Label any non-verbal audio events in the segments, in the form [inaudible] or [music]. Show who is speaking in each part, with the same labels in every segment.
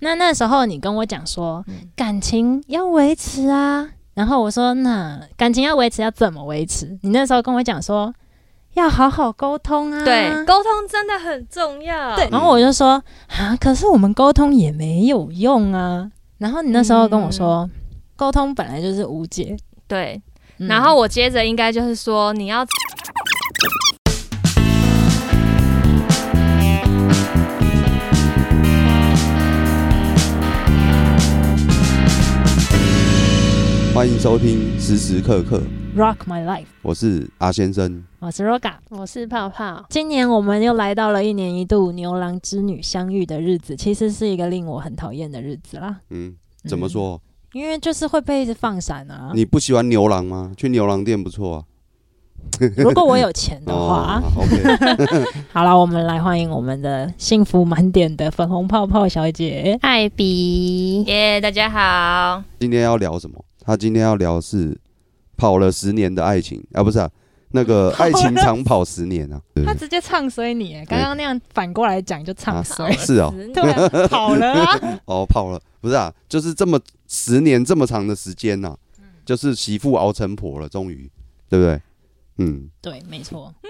Speaker 1: 那那时候你跟我讲说，
Speaker 2: 嗯
Speaker 1: 感情要维持啊。然后我说，那感情要维持要怎么维持？你那时候跟我讲说，要好好沟通啊。
Speaker 2: 对，沟通真的很重要。
Speaker 1: 对。然后我就说啊，可是我们沟通也没有用啊。然后你那时候跟我
Speaker 2: 嗯
Speaker 1: 说，沟、通本来就是无解。
Speaker 2: 对，
Speaker 1: 嗯
Speaker 2: 然后我接着应该就是说，你要 [laughs]
Speaker 3: 欢迎收听时时刻刻，
Speaker 1: Rock My Life，
Speaker 3: 我是阿先生。
Speaker 1: 我是 Roga。
Speaker 4: 我是泡泡，
Speaker 1: 今年我们又来到了一年一度牛郎织女相遇的日子，其实是一个令我很讨厌的日子啦。
Speaker 3: 嗯，怎么说？
Speaker 1: 因为就是会被一直放闪啊。
Speaker 3: 你不喜欢牛郎吗？去牛郎店不错啊。
Speaker 1: 如果我有钱的
Speaker 3: [laughs]
Speaker 1: 话，
Speaker 3: 好，OK，
Speaker 1: 好了，我们来欢迎我们的幸福满点的粉红泡泡小姐。
Speaker 4: 艾比，
Speaker 2: 耶大家好，
Speaker 3: 今天要聊什么？他今天要聊是跑了十年的爱情啊，不是啊，
Speaker 1: [laughs]
Speaker 3: 那个爱情长跑十年啊。对
Speaker 1: 她直接唱衰你耶，刚刚那样反过来讲就唱衰。
Speaker 3: 是哦，
Speaker 1: 对啊，跑了啊！
Speaker 3: [laughs] 哦，跑了，不是啊，就是这么十年这么长的时间呐、
Speaker 1: 嗯
Speaker 3: 就是媳妇熬成婆了，终于，对不对？嗯，
Speaker 1: 对，没错。 [laughs]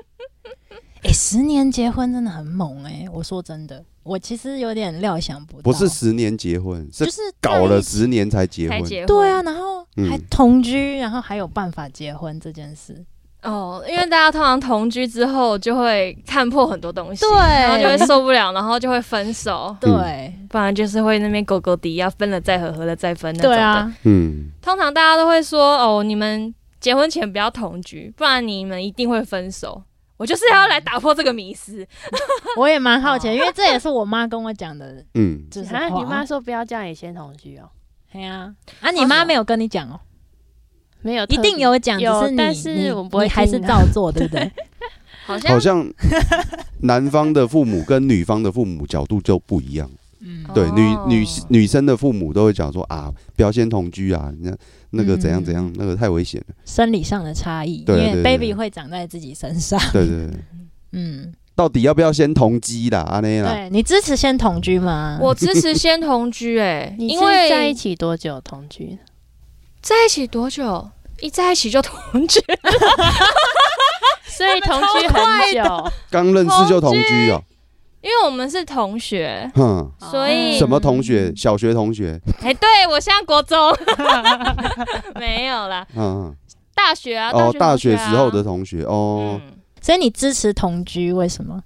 Speaker 1: 哎、十年结婚真的很猛哎、我说真的，我其实有点料想不到，
Speaker 3: 不是十年结婚，
Speaker 1: 就是是
Speaker 3: 搞了
Speaker 1: 在一起
Speaker 3: 十年才结
Speaker 2: 才
Speaker 3: 婚。
Speaker 2: 结婚。
Speaker 1: 对啊，，然后还
Speaker 3: 嗯
Speaker 1: 同居，然后还有办法结婚这件事。
Speaker 2: 哦，因为大家通常同居之后就会看破很多东西，
Speaker 1: 对
Speaker 2: 然后就
Speaker 3: 嗯
Speaker 2: 会受不了，然后就会分手，
Speaker 1: 对，
Speaker 2: 不然就是会那边狗狗底要分了再合，合了再分那种
Speaker 1: 对
Speaker 2: 的。
Speaker 1: 啊，
Speaker 3: 嗯，
Speaker 2: 通常大家都会说哦，你们结婚前不要同居，不然你们一定会分手。我就是要来打破这个迷思。
Speaker 1: [laughs] 我也蛮好奇的，因为这也是我妈跟我讲的，
Speaker 4: [laughs]
Speaker 3: 嗯，
Speaker 1: 就是
Speaker 4: 啊，
Speaker 1: 话
Speaker 4: 你妈，说不要叫你先同居哦，
Speaker 1: 哎呀，啊，你妈没有跟你讲哦，
Speaker 4: 没有特
Speaker 1: 一
Speaker 4: 别，
Speaker 1: 定有讲，只
Speaker 4: 有
Speaker 1: 是你
Speaker 4: 但是
Speaker 1: 你
Speaker 4: 我不会
Speaker 1: 你还是
Speaker 4: 听啊
Speaker 1: 照
Speaker 4: [laughs]
Speaker 1: 做，对不对？
Speaker 2: 好像
Speaker 3: 嗯好像男方的父母跟女方的父母角度就不一样。
Speaker 1: 嗯，
Speaker 3: 对，
Speaker 2: 哦
Speaker 3: 女女女生的父母都会讲说啊，不要先同居啊，那那个怎样
Speaker 2: 嗯
Speaker 3: 怎样，那个太危险了。
Speaker 1: 生理上的差异，因
Speaker 3: 对
Speaker 1: 为
Speaker 3: 对对
Speaker 1: baby
Speaker 3: 对
Speaker 1: 会长在自己身
Speaker 4: [laughs]
Speaker 1: 上，
Speaker 3: 对对对，
Speaker 1: 嗯，
Speaker 3: 到底要不要先同居啦？阿内啦，
Speaker 1: 对你支持先同居
Speaker 3: 嗯
Speaker 1: 吗？
Speaker 2: 我支持先同
Speaker 1: [laughs]
Speaker 2: 居、欸，哎，
Speaker 4: 你
Speaker 2: 因
Speaker 4: 是
Speaker 2: 为
Speaker 4: 在一起多久同居？
Speaker 2: 在一起多久？一在一起就同居，
Speaker 4: [laughs] 所以同居很久，
Speaker 3: 刚认识就同居哦、
Speaker 2: 因为我们是同嗯学，
Speaker 3: 哼，
Speaker 2: 所以
Speaker 3: 什么同学？小学同学，
Speaker 2: 哎、对我现在国中 [laughs] 没有啦，
Speaker 3: 嗯，
Speaker 2: 大学啊，
Speaker 3: 哦，大
Speaker 2: 大
Speaker 3: 学
Speaker 2: 学同学啊
Speaker 3: 时候的同学哦，
Speaker 2: 嗯，
Speaker 1: 所以你支持同居，为什么？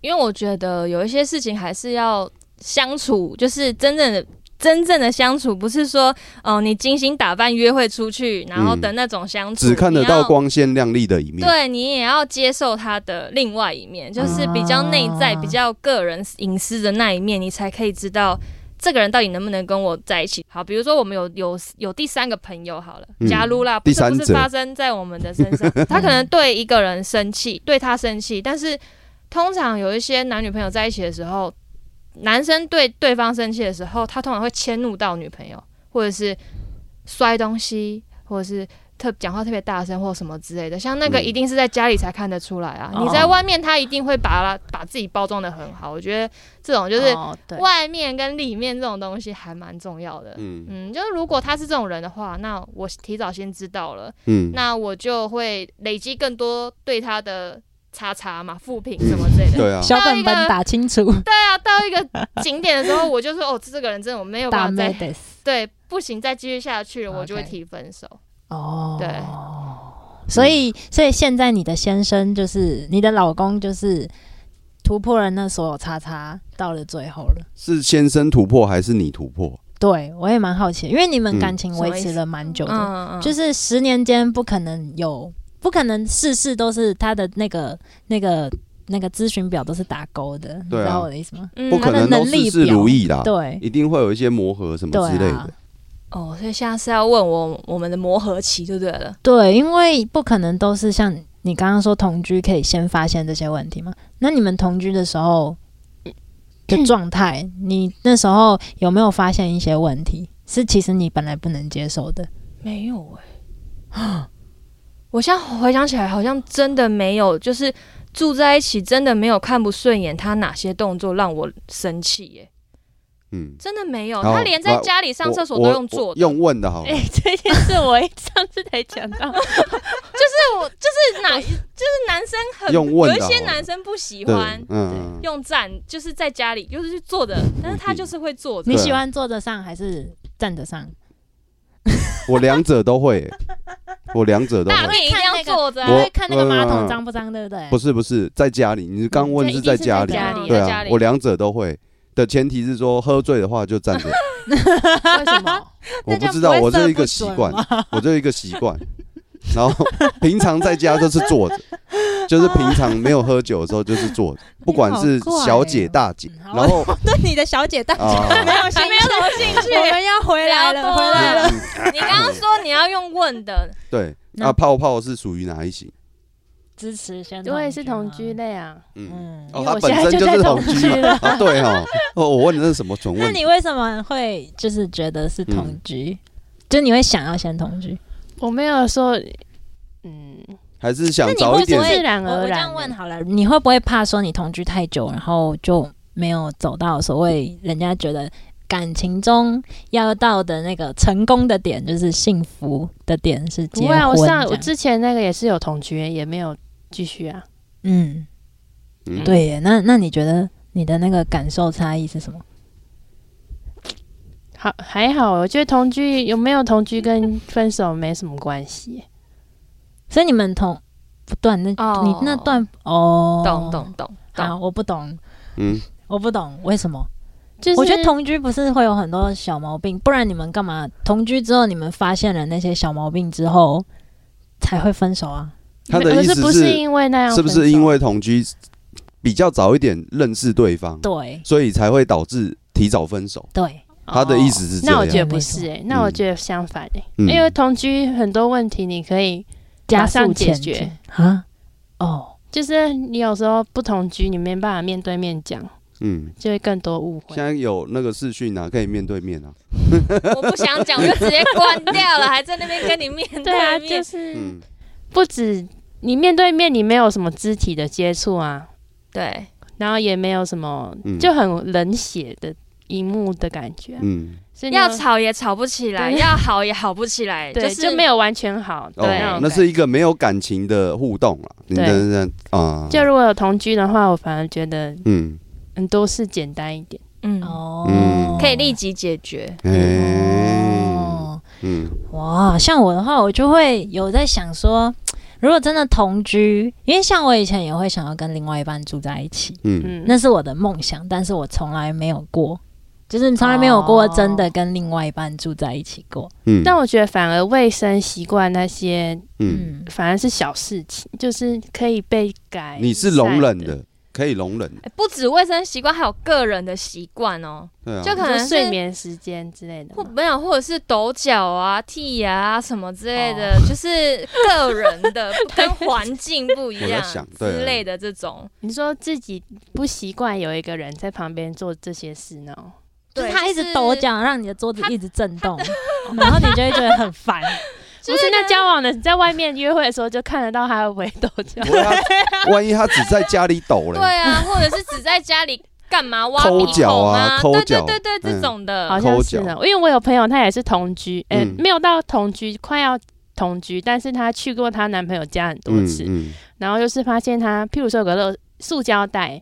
Speaker 2: 因为我觉得有一些事情还是要相处，就是真正的。真正的相处不是说哦，你精心打扮约会出去，然后
Speaker 3: 嗯
Speaker 2: 的那种相处，
Speaker 3: 只看得
Speaker 2: 你要
Speaker 3: 到光鲜亮丽的一面。
Speaker 2: 对你也要接受他的另外一面，就是比较内在、
Speaker 1: 啊
Speaker 2: 比较个人隐私的那一面，你才可以知道这个人到底能不能跟我在一起。好，比如说我们有有有第三个朋友好了，
Speaker 3: 嗯
Speaker 2: 假如啦，不
Speaker 3: 第
Speaker 2: 是
Speaker 3: 三
Speaker 2: 不是
Speaker 3: 者
Speaker 2: 发生在我们的身
Speaker 3: [laughs]
Speaker 2: 上，他可能对一个人生气，对他生气，但是通常有一些男女朋友在一起的时候，男生对对方生气的时候，他通常会迁怒到女朋友，或者是摔东西，或者是特讲话特别大声或什么之类的。像那个
Speaker 3: 嗯
Speaker 2: 一定是在家里才看得出来啊，
Speaker 1: 哦
Speaker 2: 你在外面他一定会把他把自己包装的很好。我觉得这种就是
Speaker 4: 哦对
Speaker 2: 外面跟里面这种东西还蛮重要的。
Speaker 3: 嗯
Speaker 2: 嗯，就是如果他是这种人的话，那我提早先知道了，
Speaker 3: 嗯，
Speaker 2: 那我就会累积更多对他的叉叉嘛、负评什么之类
Speaker 3: [laughs]
Speaker 2: 的。
Speaker 3: 对啊，
Speaker 1: 小本本打清楚，
Speaker 2: 对啊，到一个景点的时候，我就说哦，这个人真的我没有
Speaker 1: 大
Speaker 2: 办法
Speaker 1: 妹
Speaker 2: 再
Speaker 1: 的
Speaker 2: 对，不行，再继续下去了，我就会
Speaker 1: OK
Speaker 2: 提分手。
Speaker 1: 哦，
Speaker 2: 对。
Speaker 1: 所以，所以现在你的先生就是你的老公，就是突破了那所有叉叉，到了最后了。
Speaker 3: 是先生突破还是你突破？
Speaker 1: 对我也蛮好奇的，因为你们
Speaker 3: 嗯
Speaker 1: 感情维持
Speaker 2: 什么意
Speaker 1: 了蛮久的，
Speaker 2: 嗯嗯
Speaker 1: 就是十年间不可能有，不可能事事都是他的那个那个那个咨询表都是打勾的，你
Speaker 3: 对
Speaker 1: 知
Speaker 3: 啊
Speaker 1: 道我的意思吗？
Speaker 2: 嗯
Speaker 3: 不可能
Speaker 1: 他的
Speaker 3: 都
Speaker 1: 能力
Speaker 3: 事事如意啦，
Speaker 1: 对，
Speaker 3: 一定会有一些磨合什么之类
Speaker 1: 对
Speaker 3: 的
Speaker 1: 啊。
Speaker 2: 哦，所以现在是要问我我们的磨合期就对了。
Speaker 1: 对，因为不可能都是像你刚刚说同居可以先发现这些问题嘛。那你们同居的时候的状态，你那时候有没有发现一些问题？是其实你本来不能接受的，
Speaker 2: 没有哎、
Speaker 3: 欸
Speaker 2: [gasps] 我现在回想起来，好像真的没有，就是住在一起真的没有看不顺眼他哪些动作让我生气耶、
Speaker 3: 嗯，
Speaker 2: 真的没有，
Speaker 3: 好
Speaker 2: 他连在
Speaker 3: 我
Speaker 2: 家里上厕所
Speaker 3: 我
Speaker 2: 都
Speaker 3: 我
Speaker 2: 用坐
Speaker 3: 我
Speaker 2: 的。
Speaker 3: 用问的好了
Speaker 4: 哎、，这件事我上次才讲到，
Speaker 2: 就是我就是哪就是男生很
Speaker 3: 用问
Speaker 2: 有
Speaker 3: 的
Speaker 2: 一些
Speaker 3: 好了
Speaker 2: 男生不喜
Speaker 3: 对，
Speaker 2: 欢
Speaker 3: 嗯嗯，嗯
Speaker 2: 用站，就是在家里就是去坐的，但是他就是会坐着
Speaker 3: 啊
Speaker 1: 你。喜欢坐得上还是站得上？
Speaker 3: 我两者都会，我两者都
Speaker 2: 大
Speaker 3: 会。
Speaker 2: 便一定要坐着、
Speaker 1: 你
Speaker 3: 我
Speaker 2: 啊，
Speaker 1: 会看那个马桶
Speaker 3: 嗯
Speaker 1: 脏不脏，对不对？
Speaker 3: 不是不是，在家里，你刚问
Speaker 1: 这一
Speaker 3: 是
Speaker 1: 定
Speaker 3: 在
Speaker 1: 是
Speaker 3: 家
Speaker 1: 在
Speaker 3: 里，
Speaker 1: 家里
Speaker 3: 对
Speaker 2: 在家
Speaker 3: 啊
Speaker 2: 里，
Speaker 3: 我两者都会。的前提是说，喝醉的话就
Speaker 1: [laughs]
Speaker 3: 站着。
Speaker 4: [laughs] 为什 [laughs] 么？
Speaker 1: 那
Speaker 3: 我
Speaker 1: 这
Speaker 3: 不
Speaker 1: 样
Speaker 3: 知道，
Speaker 1: 会
Speaker 3: 我
Speaker 1: 射
Speaker 3: 这一
Speaker 1: 不
Speaker 3: 个习
Speaker 1: 准
Speaker 3: 惯，
Speaker 1: 吗
Speaker 3: [laughs] 我这一个习惯。然后平常在家都是坐
Speaker 1: [laughs]
Speaker 3: 着，就是平常没有喝酒的时候就是坐着，不
Speaker 1: 你
Speaker 3: 管
Speaker 1: 好
Speaker 3: 是
Speaker 1: 怪
Speaker 3: 小姐
Speaker 1: 哦
Speaker 3: 大姐，
Speaker 1: 嗯好
Speaker 3: 然后
Speaker 1: 对你的小姐大姐
Speaker 3: 啊，
Speaker 1: [laughs] 没有兴
Speaker 2: 还没有
Speaker 1: 趣，
Speaker 2: 什么兴趣。
Speaker 1: 我们要回来
Speaker 2: 聊
Speaker 1: 了，
Speaker 2: 多
Speaker 1: 回来了。
Speaker 2: 了
Speaker 3: 嗯
Speaker 2: 你刚刚说你要用问的，
Speaker 3: 对，
Speaker 1: 那
Speaker 3: 那泡泡是属于哪一型？
Speaker 1: 支持先，
Speaker 4: 我也是同居，啊类啊，
Speaker 3: 嗯，
Speaker 1: 嗯。
Speaker 3: 哦，
Speaker 4: 因为
Speaker 3: 他
Speaker 4: 我
Speaker 3: 本
Speaker 4: 现在
Speaker 3: 身
Speaker 4: 就在
Speaker 3: 是
Speaker 4: 同
Speaker 3: 居
Speaker 4: 居
Speaker 3: 嘛
Speaker 4: 了
Speaker 3: 啊，对哦，哦，我嗯问你那是什么蠢
Speaker 1: 那
Speaker 3: 问题？
Speaker 1: 你为什么会就是觉得是同居？就你会想要先同居？
Speaker 4: [laughs] 我没有说，嗯，
Speaker 3: 还是想
Speaker 1: 那你
Speaker 3: 早一
Speaker 1: 会不
Speaker 3: 点
Speaker 1: 会
Speaker 4: 自然
Speaker 1: 我我
Speaker 4: 而
Speaker 1: 这样
Speaker 4: 然。
Speaker 1: 问好了，你会不会怕说你同居太久，然后就没有走到所谓人家觉得感情中要到的那个成功的点，就是幸福的点是结
Speaker 4: 不
Speaker 1: 婚这
Speaker 4: 会啊，
Speaker 1: 样？
Speaker 4: 我上我之前那个也是有同居，也没有继续啊。
Speaker 1: 嗯，
Speaker 3: 嗯
Speaker 1: 对耶。那那你觉得你的那个感受差异是什么？
Speaker 4: 好，还好，我觉得同居有没有同居跟分手没什么关系。
Speaker 1: 所以你们同不断那、
Speaker 2: 哦
Speaker 1: 你那段哦，
Speaker 2: 懂懂懂
Speaker 1: 好，
Speaker 2: 懂。
Speaker 1: 我不懂，
Speaker 3: 嗯，
Speaker 1: 我不懂为什么。
Speaker 4: 就是
Speaker 1: 我觉得同居不是会有很多小毛病，不然你们干嘛同居之后你们发现了那些小毛病之后才会分手啊？
Speaker 3: 他
Speaker 4: 没
Speaker 3: 的
Speaker 4: 可
Speaker 3: 意
Speaker 4: 是不
Speaker 3: 思
Speaker 4: 是
Speaker 3: 是
Speaker 4: 因为那样分
Speaker 3: 是
Speaker 4: 手，
Speaker 3: 不是因为同居比较早一点认识对方，
Speaker 1: 对
Speaker 3: 所以才会导致提早分手？
Speaker 1: 对，
Speaker 4: 哦
Speaker 3: 他的意思是这
Speaker 4: 那我觉得
Speaker 3: 样，
Speaker 4: 不是哎、那我觉得相反哎、
Speaker 3: 嗯
Speaker 4: 因为同居很多问题你可以，
Speaker 1: 加
Speaker 4: 马上
Speaker 1: 速前
Speaker 4: 解决
Speaker 1: 进啊？哦，
Speaker 4: 就是你有时候不同居，你没办法面对面讲，
Speaker 3: 嗯，
Speaker 4: 就会更多误会
Speaker 3: 现。在有那个视讯啊，可以面对面啊，
Speaker 2: 我不想讲，我就直接关掉了，还在那边跟你面
Speaker 4: 对啊，
Speaker 2: 面
Speaker 4: 就是
Speaker 3: 嗯，
Speaker 4: 不止你面对面，你没有什么肢体的接触啊，
Speaker 2: 对，
Speaker 4: 然后也没有什么
Speaker 3: 嗯
Speaker 4: 就很冷血的一幕的感觉啊、
Speaker 3: 嗯，
Speaker 4: 所以你
Speaker 2: 要吵也吵不起来，
Speaker 4: 对
Speaker 2: 要好也好不起来，
Speaker 4: 对
Speaker 2: 是
Speaker 4: 就没有完全好。
Speaker 3: 哦
Speaker 4: 对，
Speaker 2: 那，种
Speaker 3: 那
Speaker 2: 感
Speaker 3: 是一个没有感情的互动了，你
Speaker 4: 对
Speaker 3: 真的啊，
Speaker 4: 就如果有同居的话，我反而觉得
Speaker 3: 嗯，
Speaker 4: 嗯都是简单一点。
Speaker 2: 嗯，
Speaker 1: 哦
Speaker 3: 嗯，
Speaker 2: 可以立即解决。
Speaker 3: 哎，
Speaker 1: 哦。
Speaker 3: 嗯，
Speaker 1: 哇，像我的话，我就会有在想说，如果真的同居，因为像我以前也会想要跟另外一半住在一起，
Speaker 3: 嗯，
Speaker 4: 嗯，
Speaker 1: 那是我的梦想，但是我从来没有过，就是你从来没有过
Speaker 4: 哦
Speaker 1: 真的跟另外一半住在一起过。
Speaker 3: 嗯，
Speaker 4: 但我觉得反而卫生习惯那些
Speaker 3: 嗯，
Speaker 1: 嗯，
Speaker 4: 反而是小事情，就是可以被改。
Speaker 3: 你是容忍，
Speaker 4: 哎
Speaker 3: 的，可以容忍的，
Speaker 2: 哎不止卫生习惯，还有个人的习惯哦，
Speaker 3: 对啊，
Speaker 2: 就可
Speaker 4: 可能
Speaker 2: 能是
Speaker 4: 睡眠时间之类的
Speaker 2: 或
Speaker 4: 嘛。
Speaker 2: 没有，或者是抖脚啊、剃牙啊什么之类的，
Speaker 4: 哦
Speaker 2: [laughs] 就是个人
Speaker 4: [laughs]
Speaker 2: 的不跟环境不一
Speaker 3: 我在
Speaker 2: 样
Speaker 3: 想对啊
Speaker 2: 之类的这种。
Speaker 4: 你说自己不习惯有一个人在旁边做这些事呢？
Speaker 1: 就是
Speaker 2: 对
Speaker 1: 他一直抖，脚，让你的桌子
Speaker 2: 他
Speaker 1: 一直震动， [laughs] 然后你就会觉得很 [laughs] 烦。哎
Speaker 4: 不是，那交往的在外面约会的时候就看得到他会不会抖脚。
Speaker 3: 不然他 [laughs] 万一他只在家里抖
Speaker 2: 就是
Speaker 3: 嘞，
Speaker 2: 对啊，或者是只在家里干嘛挖
Speaker 3: 抠
Speaker 2: 鼻
Speaker 3: 脚
Speaker 2: 孔
Speaker 3: 啊抠
Speaker 2: 对对
Speaker 3: 脚
Speaker 2: 对对，
Speaker 3: 嗯
Speaker 2: 这种的。
Speaker 4: 好
Speaker 3: 抠脚
Speaker 4: 像是呢，因为我有朋友，她也是同居，呃，
Speaker 3: 嗯
Speaker 4: 没有到同居，快要同居，但是她去过她男朋友家很多
Speaker 3: 嗯
Speaker 4: 次，
Speaker 3: 嗯
Speaker 4: 然后就是发现她，譬如说有个乐塑胶袋，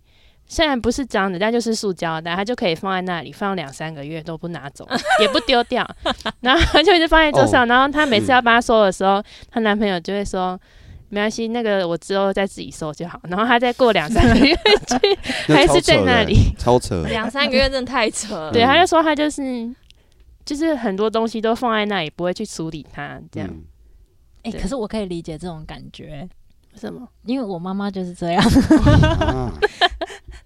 Speaker 4: 虽然不是脏的，但就是塑胶袋，她就可以放在那里放两三个月都不拿
Speaker 3: [laughs]
Speaker 4: 走，也不丢掉， [laughs] 然后她就一直放在桌上，然后她每次要帮她收的时候，她男朋友就会说。没关系，那个我之后再自己收就好。然后她再过两三个月去，
Speaker 3: [laughs] 那
Speaker 4: 还
Speaker 3: 超
Speaker 4: 是在
Speaker 3: 扯的
Speaker 4: 那
Speaker 3: 欸
Speaker 4: 里，
Speaker 3: 超扯的，
Speaker 2: 两三个月真的太扯了。
Speaker 4: 对，
Speaker 3: 嗯
Speaker 4: 她就说她就是就是很多东西都放在那里，不会去处理它，这样、
Speaker 3: 嗯
Speaker 1: 哎、
Speaker 4: 对
Speaker 1: 可是我可以理解这种感觉，
Speaker 4: 为什么？
Speaker 1: 因为我妈妈就是这样。
Speaker 3: 啊，
Speaker 1: [laughs]
Speaker 3: [laughs]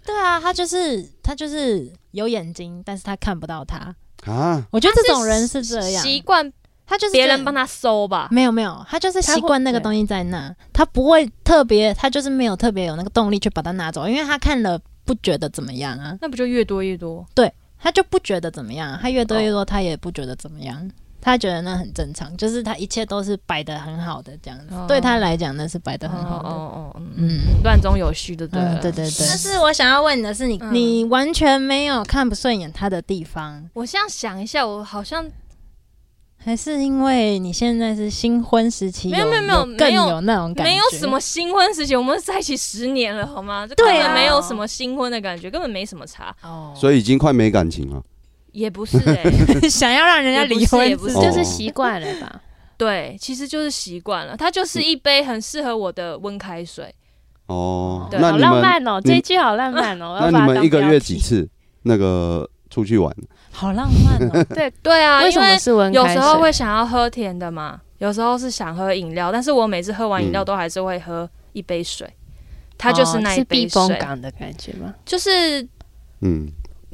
Speaker 1: 对啊，她就是她就是有眼睛，但是她看不到他。
Speaker 3: 啊，
Speaker 1: 我觉得这种人是这样，嗯
Speaker 2: 习惯
Speaker 1: 她就是
Speaker 2: 别人帮
Speaker 1: 她。
Speaker 2: 他收吧。
Speaker 1: 没有没有，她就是
Speaker 4: 她
Speaker 1: 习
Speaker 4: 会
Speaker 1: 惯那个
Speaker 4: 对
Speaker 1: 东西在那，她不会特别，她就是没有特别有那个动力去把它拿走，因为她看了不觉得怎么样啊，
Speaker 2: 那不就越多越多？
Speaker 1: 她就不觉得怎么样，她越多越多，她也不觉得怎么样。啊他觉得那很正常，就是他一切都是摆的很好的这样子，
Speaker 2: 哦
Speaker 1: 对他来讲那是摆的
Speaker 2: 哦
Speaker 1: 很嗯好的。
Speaker 2: 哦哦，嗯，
Speaker 1: 嗯，
Speaker 2: 乱中有序的，对了
Speaker 1: 嗯，对对对。
Speaker 2: 但
Speaker 1: 但
Speaker 2: 是
Speaker 1: 是我想要问你的是，你、
Speaker 2: 嗯
Speaker 1: 你完全没有看不顺眼他的地方，
Speaker 2: 我这样想一下，我好像
Speaker 1: 还是因为你现在是新婚时期，
Speaker 2: 没有没有没有
Speaker 1: 更
Speaker 2: 没有
Speaker 1: 有那种感觉，
Speaker 2: 没有什么新婚时期，我们在一起十年了，好吗？这根
Speaker 1: 对
Speaker 2: 本
Speaker 1: 啊
Speaker 2: 没有什么新婚的感觉，根本没什么差，
Speaker 1: 哦，
Speaker 3: 所以已经快没感情了。
Speaker 2: 也不是哎、
Speaker 1: [laughs] 以想要让人家离婚
Speaker 2: 也不是
Speaker 3: 也不
Speaker 4: 就
Speaker 1: 哦
Speaker 4: 是习惯了吧？
Speaker 2: 对，其实就是习惯了，它就是
Speaker 1: 嗯
Speaker 2: 一杯很适合我的温开水，
Speaker 3: 哦，
Speaker 2: 对
Speaker 3: 那
Speaker 4: 好
Speaker 3: 你
Speaker 4: 浪
Speaker 3: 们
Speaker 4: 漫哦，
Speaker 3: 你
Speaker 4: 这一句好浪漫哦。我
Speaker 3: 那
Speaker 4: 要把它
Speaker 3: 你们
Speaker 4: 当
Speaker 3: 一个
Speaker 4: 标
Speaker 3: 月
Speaker 4: 题
Speaker 3: 几？次那个出去玩？
Speaker 1: 好浪漫哦。
Speaker 2: 对啊，
Speaker 4: 为
Speaker 2: 因
Speaker 4: 什么是温
Speaker 2: 有
Speaker 4: 开
Speaker 2: 时候
Speaker 4: 水
Speaker 2: 会想要喝甜的嘛，有时候是想喝饮料，但是我每次喝完饮料
Speaker 3: 嗯
Speaker 2: 都还是会喝一杯水，它就是
Speaker 4: 哦
Speaker 2: 那一
Speaker 4: 是
Speaker 2: 杯
Speaker 4: 避
Speaker 2: 水，
Speaker 4: 风港的感觉
Speaker 2: [laughs]
Speaker 4: 吗？
Speaker 2: 就是
Speaker 3: 嗯，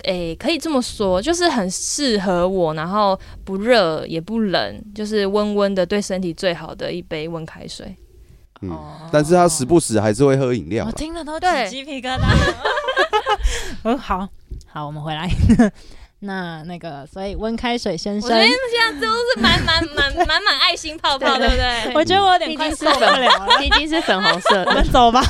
Speaker 2: 诶、可以这么说，就是很适合我，然后不热也不冷，就是温温的，对身体最好的一杯温开水。
Speaker 3: 嗯
Speaker 4: 哦
Speaker 3: 但是他时不时还是会喝饮料啊
Speaker 1: 我 [laughs]
Speaker 3: 啦。
Speaker 1: 听了都
Speaker 2: 对
Speaker 1: 起鸡皮 [laughs] 疙瘩了。嗯，好好，我们回来。 [laughs] 那那个，所以温开水先
Speaker 2: 我
Speaker 1: 生
Speaker 2: 觉，得这样都是满满满满满爱心泡泡，对
Speaker 4: [laughs] 对
Speaker 2: 不对？
Speaker 1: 我觉得我有点
Speaker 4: 毕
Speaker 1: 快
Speaker 4: 竟
Speaker 1: 受
Speaker 4: 是
Speaker 1: 不了了，
Speaker 2: 哦
Speaker 4: 毕竟是粉红色
Speaker 1: 我
Speaker 4: [laughs] 的
Speaker 1: 们，走 [laughs] 吧。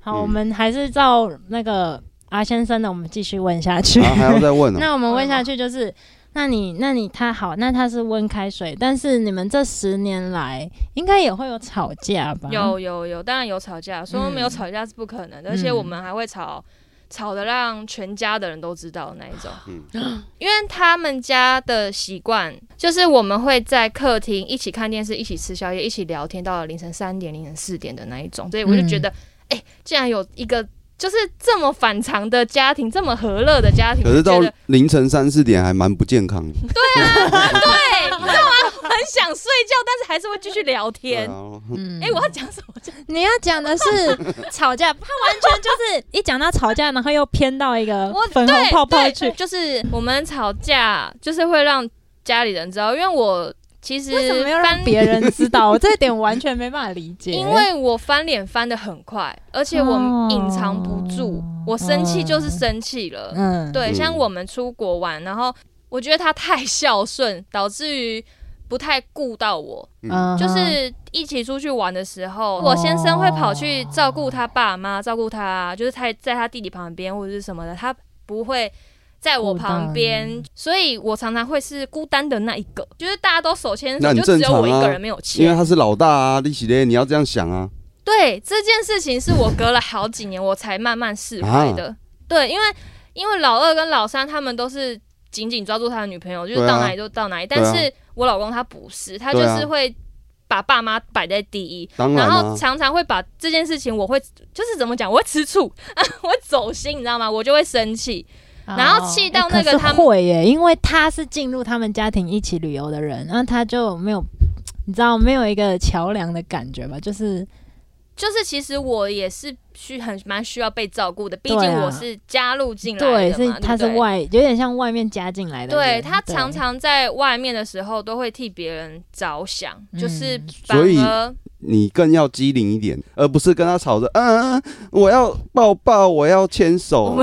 Speaker 1: 好，
Speaker 3: 嗯
Speaker 1: 我们还是照那个阿先生的，我们继续问下去。
Speaker 3: 啊，还要再
Speaker 4: [laughs]
Speaker 3: 问啊？
Speaker 1: 那我们问下去就是，那你那你他好，那他是温开水，但是你们这十年来应该也会有吵架吧？
Speaker 2: 有有有，当然有吵架，说
Speaker 1: 嗯
Speaker 2: 没有吵架是不可能的，而且我们还会吵，吵的让全家的人都知道的那一种。
Speaker 3: 嗯
Speaker 2: [gasps] 因为他们家的习惯就是我们会在客厅一起看电视，一起吃宵夜，一起聊天，到了凌晨三点、凌晨四点的那一种，所以我
Speaker 1: 嗯
Speaker 2: 就觉得，哎、竟然有一个。就是这么反常的家庭，这么和乐的家庭，
Speaker 3: 可是
Speaker 2: 就
Speaker 3: 到
Speaker 2: 觉得
Speaker 3: 凌晨三四点还蛮不健康的。
Speaker 4: 啊
Speaker 3: [laughs]
Speaker 2: 对，你知道吗？很想睡觉，但是还是会继续聊天。哎、
Speaker 3: 啊
Speaker 1: 嗯，
Speaker 2: 我要讲什么？ [laughs]
Speaker 1: 你要讲的是吵架，他完全就是一讲到吵架，然后又偏到一个
Speaker 2: 我
Speaker 1: 粉红泡泡
Speaker 2: 对
Speaker 1: 去。
Speaker 2: 就是我们吵架，就是会让家里人知道，因为我其实
Speaker 1: 为什么要
Speaker 2: 翻
Speaker 1: 让别人知 [laughs] 道？我这一点完全没办法理解。
Speaker 2: 因为我翻脸翻的很快，而且我
Speaker 1: 哦
Speaker 2: 隐藏不住，我生气就是生气了。
Speaker 1: 嗯，
Speaker 2: 对，
Speaker 3: 嗯
Speaker 2: 像我们出国玩，然后我觉得他太孝顺，导致于不太顾到我。
Speaker 1: 嗯，
Speaker 2: 就是一起出去玩的时候，
Speaker 1: 哦
Speaker 2: 我先生会跑去照顾他爸妈，照顾他，就是他在他弟弟旁边或者是什么的，他不会。在我旁
Speaker 1: 孤
Speaker 2: 边，所以我常常会是孤单的那一个，就是大家都手牵手，
Speaker 3: 那很
Speaker 2: 就只
Speaker 3: 正
Speaker 2: 有
Speaker 3: 常
Speaker 2: 我一
Speaker 3: 啊
Speaker 2: 个人没有
Speaker 3: 因为
Speaker 2: 牵。
Speaker 3: 他是老大啊，利息嘞，你要这样想啊。
Speaker 2: 对这件事情，是我隔了好几年我才慢慢释怀的。
Speaker 3: 啊
Speaker 2: 对，因为因为老二跟老三他们都是紧紧抓住他的女朋友，就是
Speaker 3: 对啊
Speaker 2: 到哪里就到哪里，
Speaker 3: 对啊
Speaker 2: 但是我老公他不是，他就
Speaker 3: 对啊
Speaker 2: 是会把爸妈摆在第一，
Speaker 3: 当
Speaker 2: 然
Speaker 3: 啊
Speaker 2: 后，常常会把这件事情，我会就是怎么讲，我会吃醋， [laughs] 我会走心，你知道吗？我就会生气。
Speaker 4: 哦
Speaker 2: 然后气到那
Speaker 1: 哦欸
Speaker 2: 个
Speaker 1: 可
Speaker 2: 他
Speaker 1: 是
Speaker 2: 们
Speaker 1: 会耶，因为他是进入他们家庭一起旅游的人，那他就没有，你知道没有一个桥梁的感觉吧？就是
Speaker 2: 就是其实我也是需很蛮需要被照顾的，毕
Speaker 1: 对啊
Speaker 2: 竟我是加入进来的嘛，
Speaker 1: 对，
Speaker 2: 对
Speaker 1: 是
Speaker 2: 不
Speaker 1: 他是
Speaker 2: 对。
Speaker 1: 外，有点像外面加进来的
Speaker 2: 对
Speaker 1: 人。
Speaker 2: 他常常在外面的时候都会替别人着想，
Speaker 1: 嗯
Speaker 2: 就是反
Speaker 3: 所以
Speaker 2: 而
Speaker 3: 你更要机灵一点，而不是跟他吵着，嗯，嗯嗯我要抱抱，我要牵手，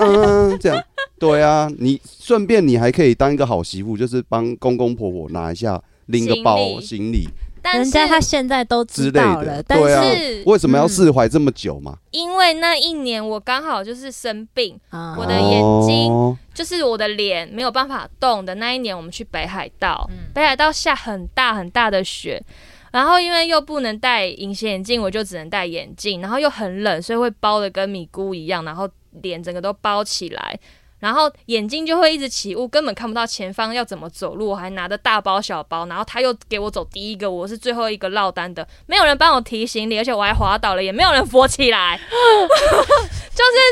Speaker 3: 嗯，这样，对啊，你顺便你还可以当一个好媳妇，就是帮公公婆婆拿一下拎个包行李，
Speaker 2: 但
Speaker 1: 人
Speaker 2: 是
Speaker 1: 家他现在都知道
Speaker 3: 之类
Speaker 1: 了，
Speaker 3: 的
Speaker 1: 但
Speaker 3: 对啊
Speaker 1: 是
Speaker 2: 是
Speaker 3: 为什么要释怀这么久嘛？
Speaker 2: 因为那一年我刚好就是生病，
Speaker 1: 啊
Speaker 2: 我的眼睛
Speaker 3: 哦
Speaker 2: 就是我的脸没有办法动的那一年，我们去北海道，北海道下很大很大的雪，然后因为又不能戴隐形眼镜，我就只能戴眼镜，然后又很冷，所以会包的跟米姑一样，然后脸整个都包起来。然后眼睛就会一直起雾，根本看不到前方要怎么走路。我还拿着大包小包，然后他又给我走第一个，我是最后一个落单的，没有人帮我提行李，而且我还滑倒了，也没有人扶起来。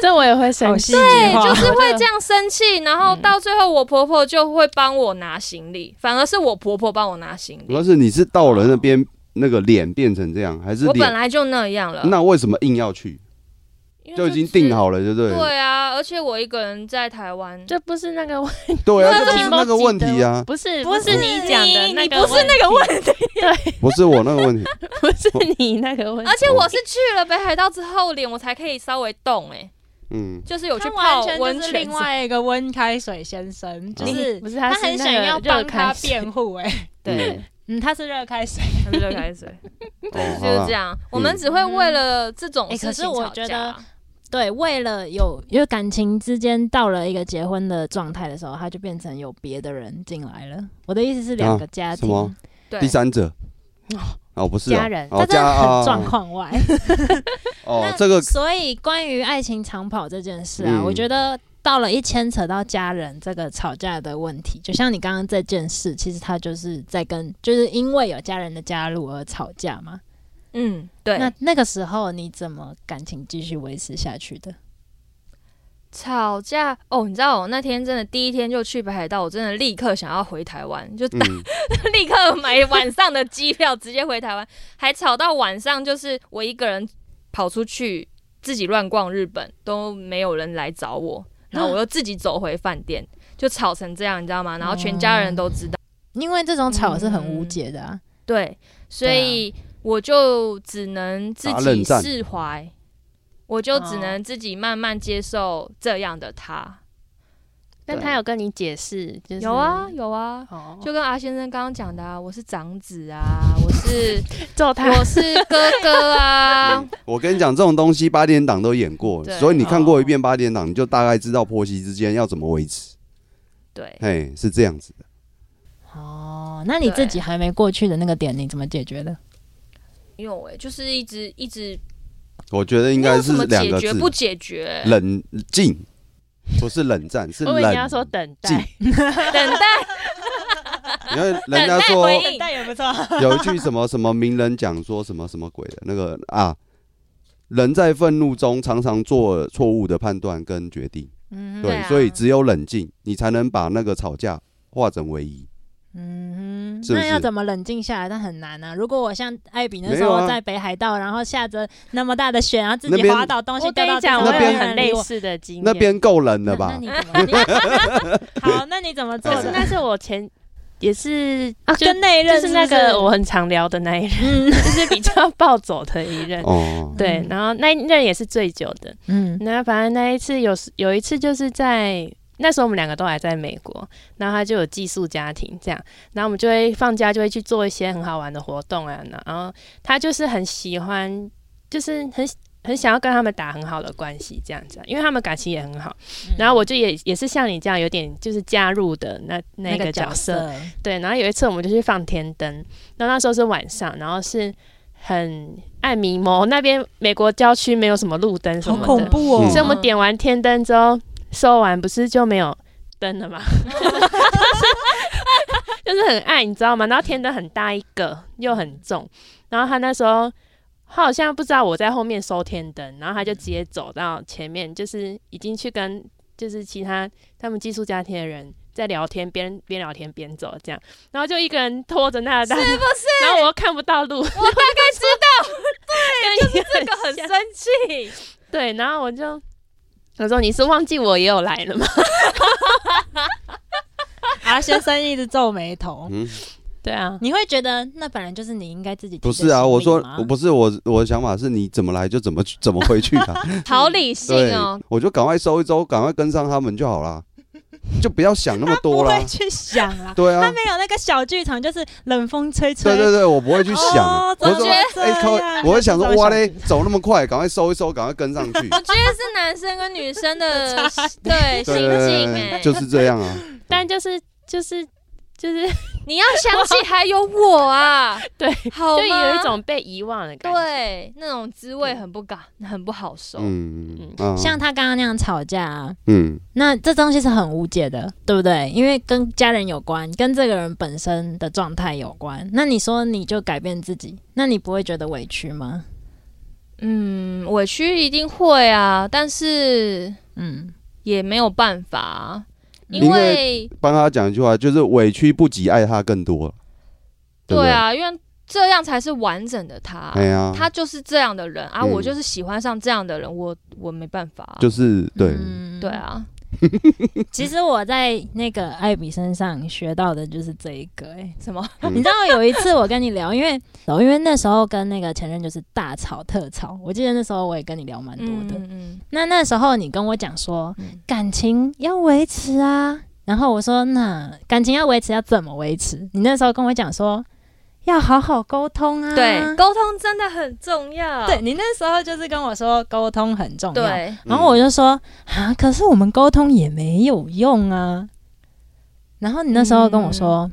Speaker 4: 这我也会生气。哦
Speaker 1: 对
Speaker 2: 对，就是会这样生气，然后到最后我婆婆就会帮我拿行李，反而是我婆婆帮我拿行
Speaker 3: 主
Speaker 2: 李
Speaker 3: 要。是你是到了那边那个脸变成这样，还是
Speaker 2: 我本
Speaker 3: 脸？
Speaker 2: 来就那样了，
Speaker 3: 那为什么硬要去？
Speaker 2: 因为
Speaker 3: 就已
Speaker 2: 是
Speaker 3: 经定。好了，对不对？
Speaker 2: 对啊，而且我一个人在台湾，
Speaker 4: 这不是那个 [laughs] 问
Speaker 3: 对啊，
Speaker 4: 那
Speaker 3: 这
Speaker 4: 个
Speaker 3: 不是那个问题啊，
Speaker 4: 不是
Speaker 1: 不
Speaker 4: 不
Speaker 1: 是
Speaker 4: 是你讲的
Speaker 2: 你
Speaker 4: 那个
Speaker 2: 你不
Speaker 4: [laughs]
Speaker 2: 是那个
Speaker 4: 问
Speaker 2: 问题。
Speaker 3: 不是我那个问题。
Speaker 4: 题，不是你那个问题
Speaker 2: 而。且我是去了北海道之后，脸我才可以稍微动哎、 [laughs]
Speaker 3: 嗯，
Speaker 2: 就是有去
Speaker 1: 他
Speaker 2: 泡
Speaker 1: 完全
Speaker 2: 温
Speaker 1: 就是
Speaker 2: 泉
Speaker 1: 另
Speaker 2: 什么
Speaker 1: 外一个温开水先生，就
Speaker 4: 你
Speaker 1: 是
Speaker 4: 不是
Speaker 1: 他
Speaker 4: 他
Speaker 1: 很
Speaker 4: 是那
Speaker 1: 想
Speaker 4: 个
Speaker 1: 要
Speaker 4: 热
Speaker 1: 帮
Speaker 4: 开
Speaker 1: 他
Speaker 4: 水，
Speaker 1: 辩 [laughs] 护，哎，
Speaker 4: 对，
Speaker 1: 嗯，他是热开水，
Speaker 2: 他们就开始，对，
Speaker 3: 哦，
Speaker 2: 就
Speaker 3: 好
Speaker 2: 是
Speaker 3: 啦
Speaker 2: 这样。我们只会为了这种
Speaker 1: 哎可是
Speaker 2: 事情
Speaker 1: 我
Speaker 2: 吵
Speaker 1: 觉
Speaker 2: 架
Speaker 1: 得对，为了有因为感情之间到了一个结婚的状态的时候，他就变成有别的人进来了。我的意思是两个家
Speaker 3: 啊什
Speaker 1: 庭，
Speaker 3: 么
Speaker 2: 对
Speaker 3: 第三者
Speaker 4: 哦。
Speaker 3: 哦，不是哦
Speaker 4: 家人
Speaker 1: 他
Speaker 3: 哦，
Speaker 1: 真
Speaker 3: 家
Speaker 1: 的
Speaker 3: 啊
Speaker 1: 很状况
Speaker 3: [laughs]
Speaker 1: 外。
Speaker 3: 哦
Speaker 1: 那，
Speaker 3: 这个
Speaker 1: 所以关于爱情长跑这件事啊，
Speaker 3: 嗯
Speaker 1: 我觉得到了一牵扯到家人这个吵架的问题，就像你刚刚这件事，其实他就是在跟，就是因为有家人的加入而吵架嘛。
Speaker 2: 嗯，对，
Speaker 1: 那那个时候你怎么感情继续维持下去的？
Speaker 2: 吵架哦，你知道我那天真的第一天就去北海道，我真的立刻想要回台湾，就
Speaker 3: 嗯，
Speaker 2: [laughs] 立刻买晚上的机票直接回台湾，还吵到晚上，就是我一个人跑出去自己乱逛日本，都没有人来找我，然后我又自己走回饭店，就吵成这样，你知道吗？然后全家人都知道。
Speaker 1: 因为这种吵是很无解的啊。
Speaker 2: 对，所以我就只能自
Speaker 3: 打
Speaker 2: 己
Speaker 3: 冷战
Speaker 2: 释怀，我就只
Speaker 1: 哦
Speaker 2: 能自己慢慢接受这样的他。
Speaker 4: 但他有跟你解释，就是
Speaker 2: 有啊，，有啊，
Speaker 4: 哦，就
Speaker 2: 就跟阿先生刚刚讲的啊，我是长子啊，我是
Speaker 4: 揍他，
Speaker 2: 我是哥哥啊，
Speaker 3: 我跟你讲，这种东西八点档都演过，
Speaker 2: 对
Speaker 3: 所以你看过一遍八点档，你就大概知道婆媳之间要怎么维持。
Speaker 2: 对，
Speaker 3: 嘿，是这样子的。
Speaker 4: 嗯
Speaker 1: 哦，那你自己还没过去的那个点，你怎么解决的？
Speaker 2: 因为我就是一直一直
Speaker 3: 我觉得应
Speaker 2: 没
Speaker 3: 该
Speaker 2: 有什
Speaker 3: 是
Speaker 2: 么
Speaker 3: 两
Speaker 2: 解
Speaker 3: 个
Speaker 2: 决
Speaker 3: 字，
Speaker 2: 不解决，
Speaker 3: 冷静，不是冷战，是
Speaker 4: 我
Speaker 3: 冷
Speaker 4: 以为你要说等
Speaker 3: 静
Speaker 4: 待，。 [laughs]
Speaker 2: 等待
Speaker 3: 因为人家
Speaker 2: 等
Speaker 3: 说
Speaker 2: 待回应，
Speaker 1: 也不错。
Speaker 3: [laughs] 有一句什么什么名人讲说什么什么鬼的那个啊，人在愤怒中常常做错误的判断跟决定。
Speaker 1: 嗯
Speaker 3: 对，
Speaker 2: 对啊
Speaker 3: 所以只有冷静，你才能把那个吵架化整为一。
Speaker 1: 嗯
Speaker 3: 是
Speaker 1: 哼，
Speaker 3: 不是
Speaker 1: 那要怎么冷静下来？但很难啊。如果我像艾比那时
Speaker 3: 没有啊
Speaker 1: 候在北海道，然后下着那么大的雪，然后自
Speaker 3: 那
Speaker 1: 己
Speaker 3: 边
Speaker 1: 滑倒东西
Speaker 4: 我跟
Speaker 1: 掉到
Speaker 4: 你
Speaker 1: 地上，
Speaker 4: 讲，我
Speaker 3: 那边
Speaker 4: 有
Speaker 1: 没有人
Speaker 4: 很类
Speaker 1: 理我
Speaker 4: 似的经验。
Speaker 3: 那边够冷
Speaker 1: 那
Speaker 3: 了吧？
Speaker 1: 那你怎么？你 [laughs] 好，那你怎么做
Speaker 4: 但是
Speaker 1: 的？
Speaker 4: 那是我前也是
Speaker 1: 啊
Speaker 4: 就
Speaker 1: 跟那一任
Speaker 4: 就是那
Speaker 1: 是不
Speaker 4: 个
Speaker 1: 是
Speaker 4: 我很常聊的那一任，
Speaker 1: 嗯
Speaker 4: [laughs] 就是比较暴走的一任。
Speaker 3: 哦，
Speaker 4: 对，然后那一任也是醉酒的。
Speaker 1: 嗯
Speaker 4: 那反正那一次有时有一次就是在那时候我们两个都还在美国，然后他就有寄宿家庭这样，然后我们就会放假就会去做一些很好玩的活动啊，然后他就是很喜欢，就是很。很想要跟他们打很好的关系，这样子啊，因为他们感情也很好。然后我就也也是像你这样，有点就是加入的那那
Speaker 1: 那
Speaker 4: 个角色，
Speaker 1: 色，
Speaker 4: 对，然后有一次我们就去放天灯，那那时候是晚上，然后是很爱迷蒙，那边美国郊区没有什么路灯什么的，
Speaker 1: 怖
Speaker 3: 嗯
Speaker 4: 哦所以我们点完天灯之后收完不是就没有灯 [laughs] 了吗？就是就是很暗，你知道吗？然后天灯很大一个，又很重，然后他那时候。他好像不知道我在后面收天灯，然后他就直接走到前面，就是已经去跟就是其他他们寄宿家庭的人在聊天，边边聊天边走这样，然后就一个人拖着那个大，是不是？ [laughs] 然后我又看不到路，我大概知道，对，就是
Speaker 2: [laughs]
Speaker 4: 这
Speaker 2: 这个很生气，
Speaker 4: 对，然后我就我说你是忘记我也有来了吗？ [laughs]
Speaker 1: 啊，先生一直皱眉头。
Speaker 3: 嗯，
Speaker 4: 对啊，
Speaker 1: [laughs] 你会觉得那本来就是你应该自己提的
Speaker 3: 不是啊，我说
Speaker 1: 行李吗
Speaker 3: 我不是我我的想法是你怎么来就怎么去 [laughs] 怎么回去
Speaker 1: [laughs]
Speaker 3: 啊，
Speaker 2: [laughs] 好理性
Speaker 3: 对
Speaker 2: 哦，，
Speaker 3: 我就赶快收一收，赶快跟上他们就好啦，就不要想那么多啦。
Speaker 1: [laughs] 不会。去想啊
Speaker 3: 对 [laughs] 啊
Speaker 1: 他，没有那个小剧场，就是冷风吹吹，
Speaker 3: 对对对，我不会去想啊，
Speaker 1: 哦
Speaker 3: 我说
Speaker 1: 怎么这
Speaker 3: 哎
Speaker 1: 样
Speaker 3: 靠，我会想说
Speaker 1: 这种
Speaker 3: 哇
Speaker 1: 小
Speaker 3: 嘞，走那么快，赶快收一收，赶快跟上去。
Speaker 2: 我觉得是男生跟女生的
Speaker 4: [laughs]
Speaker 2: 对心
Speaker 3: 对对对
Speaker 2: 境
Speaker 3: 对
Speaker 2: 哎，
Speaker 3: 对，就是这样啊。
Speaker 4: 但就是就是就是，
Speaker 2: 你要想起还有我啊，
Speaker 4: [laughs] 对，
Speaker 2: 好
Speaker 4: 就
Speaker 2: 吗
Speaker 4: 有一种被遗忘的感觉。
Speaker 2: 对那种滋味很不敢，很不好受。
Speaker 3: 嗯嗯，
Speaker 1: 像他刚刚那样吵架、啊，
Speaker 3: 嗯
Speaker 1: 那这东西是很无解的，对不对？因为跟家人有关，跟这个人本身的状态有关。那你说你就改变自己，那你不会觉得委屈吗？
Speaker 2: 嗯，委屈一定会啊，但是
Speaker 1: 嗯，
Speaker 2: 也没有办法啊，因
Speaker 3: 因
Speaker 2: 为
Speaker 3: 帮他讲一句话，就是委屈不及爱他更多。不
Speaker 2: 对，啊，因为这样才是完整的他。啊
Speaker 3: 哎呀，
Speaker 2: 他就是这样的人啊，
Speaker 3: 嗯
Speaker 2: 我就是喜欢上这样的人，我我没办法啊、
Speaker 3: 就是对，
Speaker 1: 嗯
Speaker 2: 对，啊，
Speaker 1: [laughs] 其实我在那个艾比身上学到的就是这一个、欸，
Speaker 2: 什么？
Speaker 1: 你知道有一次我跟你聊，因为哦因为那时候跟那个前任就是大吵特吵，我记得那时候我也跟你聊蛮多的。
Speaker 2: 嗯
Speaker 1: 那那时候你跟我讲说，
Speaker 2: 嗯
Speaker 1: 感情要维持啊，然后我说那感情要维持要怎么维持？你那时候跟我讲说要好好沟通啊，
Speaker 2: 对，沟通真的很重要。
Speaker 1: 对你那时候就是跟我说沟通很重要，
Speaker 2: 对，
Speaker 3: 嗯
Speaker 1: 然后我就说啊，可是我们沟通也没有用啊。然后你那时候跟我说，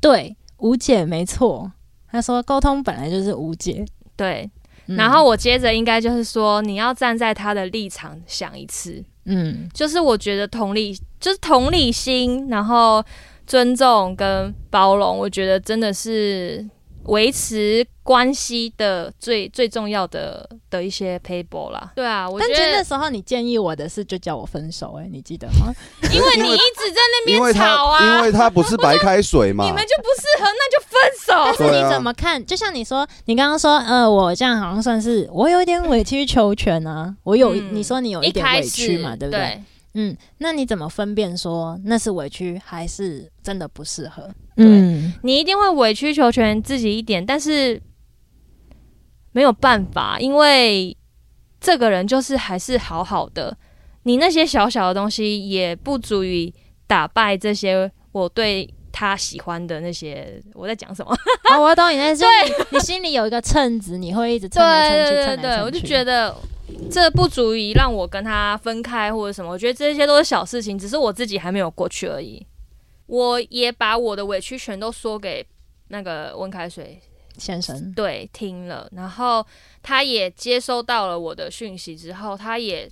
Speaker 1: 对，无解没错。他说沟通本来就是无解。
Speaker 2: 对，
Speaker 1: 嗯
Speaker 2: 然后我接着应该就是说，你要站在他的立场想一次，
Speaker 1: 嗯，
Speaker 2: 就是我觉得同理，就是同理心，然后尊重跟包容，我觉得真的是维持关系的最最重要的的一些 paper 啦。对啊，我觉
Speaker 1: 但其实那
Speaker 2: 得
Speaker 1: 时候你建议我的是就叫我分手、哎，你记得
Speaker 2: [laughs]
Speaker 1: 吗？
Speaker 2: 因为你一直在那
Speaker 3: 因为
Speaker 2: 边
Speaker 3: 他
Speaker 2: 吵啊，
Speaker 3: 因为他不是白开水嘛
Speaker 2: 你，们就不适合，那就分
Speaker 1: 但
Speaker 2: 手。
Speaker 1: 是你怎么看？就像你说，你刚刚说，呃，我这样好像算是我有点委曲求全啊，我有、
Speaker 2: 嗯
Speaker 1: 你说你有
Speaker 2: 一
Speaker 1: 点
Speaker 2: 开
Speaker 1: 委
Speaker 2: 始
Speaker 1: 屈嘛，对不对？
Speaker 2: 对？
Speaker 1: 嗯，那你怎么分辨说那是委屈还是真的不适合？
Speaker 2: 对
Speaker 1: 嗯，
Speaker 2: 你一定会委曲求全自己一点，但是没有办法，因为这个人就是还是好好的，你那些小小的东西也不足以打败这些我对他喜欢的那些。我在讲什么？
Speaker 1: [laughs] 哦，我懂你那是你你心里有一个秤子，你会一直称来称去，
Speaker 2: [laughs] 对
Speaker 1: 称来
Speaker 2: 对
Speaker 1: 称
Speaker 2: 对，
Speaker 1: 去。
Speaker 2: 我就觉得这不足以让我跟他分开或者什么，我觉得这些都是小事情，只是我自己还没有过去而已。我也把我的委屈全都说给那个温开水
Speaker 1: 先生，
Speaker 2: 对听了，然后他也接收到了我的讯息之后，他也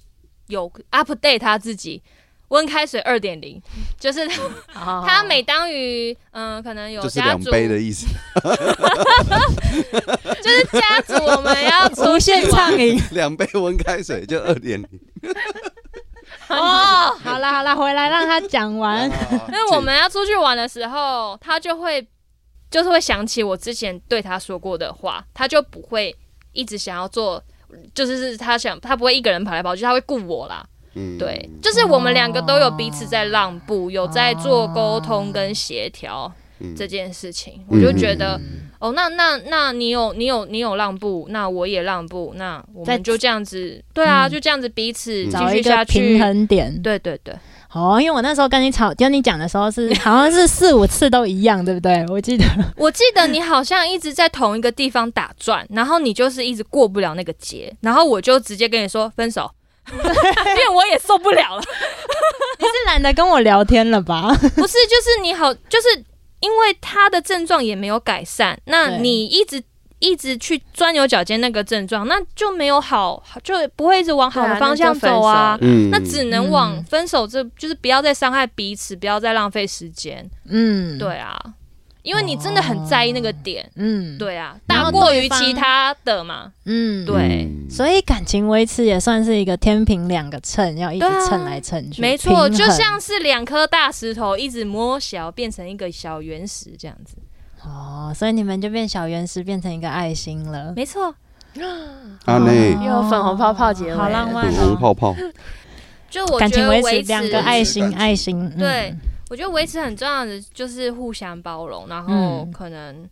Speaker 2: 有 update 他自己。温开水二点零，就是他他
Speaker 4: 他
Speaker 3: 哦
Speaker 2: 每当于嗯、可能有
Speaker 3: 就是
Speaker 2: 家
Speaker 3: 两
Speaker 2: 族，
Speaker 3: 杯的意思，
Speaker 2: 就是家族我们
Speaker 3: [laughs]
Speaker 2: 要出
Speaker 1: 无
Speaker 2: 去
Speaker 1: 限畅
Speaker 2: 玩
Speaker 1: 饮。
Speaker 3: [laughs] 两杯温开水就二点零。
Speaker 2: [laughs] 哦，
Speaker 1: [laughs] 好啦好啦，回来让他讲完。
Speaker 3: 因
Speaker 2: 那我们要出去玩的时候，他就会就是会想起我之前对他说过的话，他就不会一直想要做，就是是他想他不会一个人跑来跑去，他会顾我啦。
Speaker 3: 嗯
Speaker 2: 对，就是我们两个都有彼此在让步，有在做沟通跟协调
Speaker 3: 嗯
Speaker 2: 这件事情，我就觉得，哦，那那那你有你有你有让步，那我也让步，那我
Speaker 1: 在
Speaker 2: 们就这样子，对啊，
Speaker 1: 嗯
Speaker 2: 就这样子彼此继
Speaker 1: 找一
Speaker 2: 续
Speaker 1: 个
Speaker 2: 下
Speaker 1: 平
Speaker 2: 去，
Speaker 1: 衡点，
Speaker 2: 对对对，
Speaker 1: 哦，因为我那时候跟你吵，跟你讲的时候是好像是四五次都一样，对不对？我记
Speaker 2: [laughs]
Speaker 1: 得，
Speaker 2: 我记得你好像一直在同一个地方打转，然后你就是一直过不了那个结，然后我就直接跟你说分手， [laughs] 因为我也受不了了。
Speaker 1: 你是懒得跟我聊天了吧？
Speaker 2: [laughs] 不是，就是你好，就是因为他的症状也没有改善，那
Speaker 1: 对
Speaker 2: 你一直一直去钻牛角尖那个症状，那就没有好，就不会一直往好
Speaker 4: 对
Speaker 2: 的
Speaker 4: 啊
Speaker 2: 方向走啊。
Speaker 4: 那就分手
Speaker 3: 嗯
Speaker 2: 那只能往
Speaker 1: 嗯
Speaker 2: 分手这，就是不要再伤害彼此，不要再浪费时间。
Speaker 1: 嗯，，
Speaker 2: 对啊，因为你真的很在意那个点。
Speaker 1: 嗯，，
Speaker 2: 对啊，
Speaker 1: 然
Speaker 2: 大
Speaker 1: 后
Speaker 2: 过
Speaker 1: 对
Speaker 2: 于
Speaker 1: 方
Speaker 2: 其他的嘛。
Speaker 1: 嗯，
Speaker 2: 对
Speaker 1: 所以感情维持也算是一个天平两个秤，要一直
Speaker 2: 对啊
Speaker 1: 称来称去，
Speaker 2: 没错，
Speaker 1: 平衡
Speaker 2: 就像是两颗大石头一直摸小，变成一个小圆石这样子。
Speaker 1: 哦，所以你们就变小圆石变成一个爱心了。
Speaker 2: 没错，
Speaker 3: 阿内
Speaker 1: 哦
Speaker 4: 又有粉红泡泡结尾了，
Speaker 1: 好浪漫
Speaker 3: 粉红泡泡，
Speaker 2: 就我
Speaker 1: 感
Speaker 2: 觉
Speaker 1: 情
Speaker 2: 得
Speaker 1: 维
Speaker 2: 维
Speaker 1: 持
Speaker 2: 持
Speaker 1: 两个爱
Speaker 3: 维
Speaker 1: 心，
Speaker 3: 持感情
Speaker 1: 爱心。嗯
Speaker 2: 对，我觉得维持很重要的就是互相包容，然后
Speaker 1: 嗯
Speaker 2: 可能、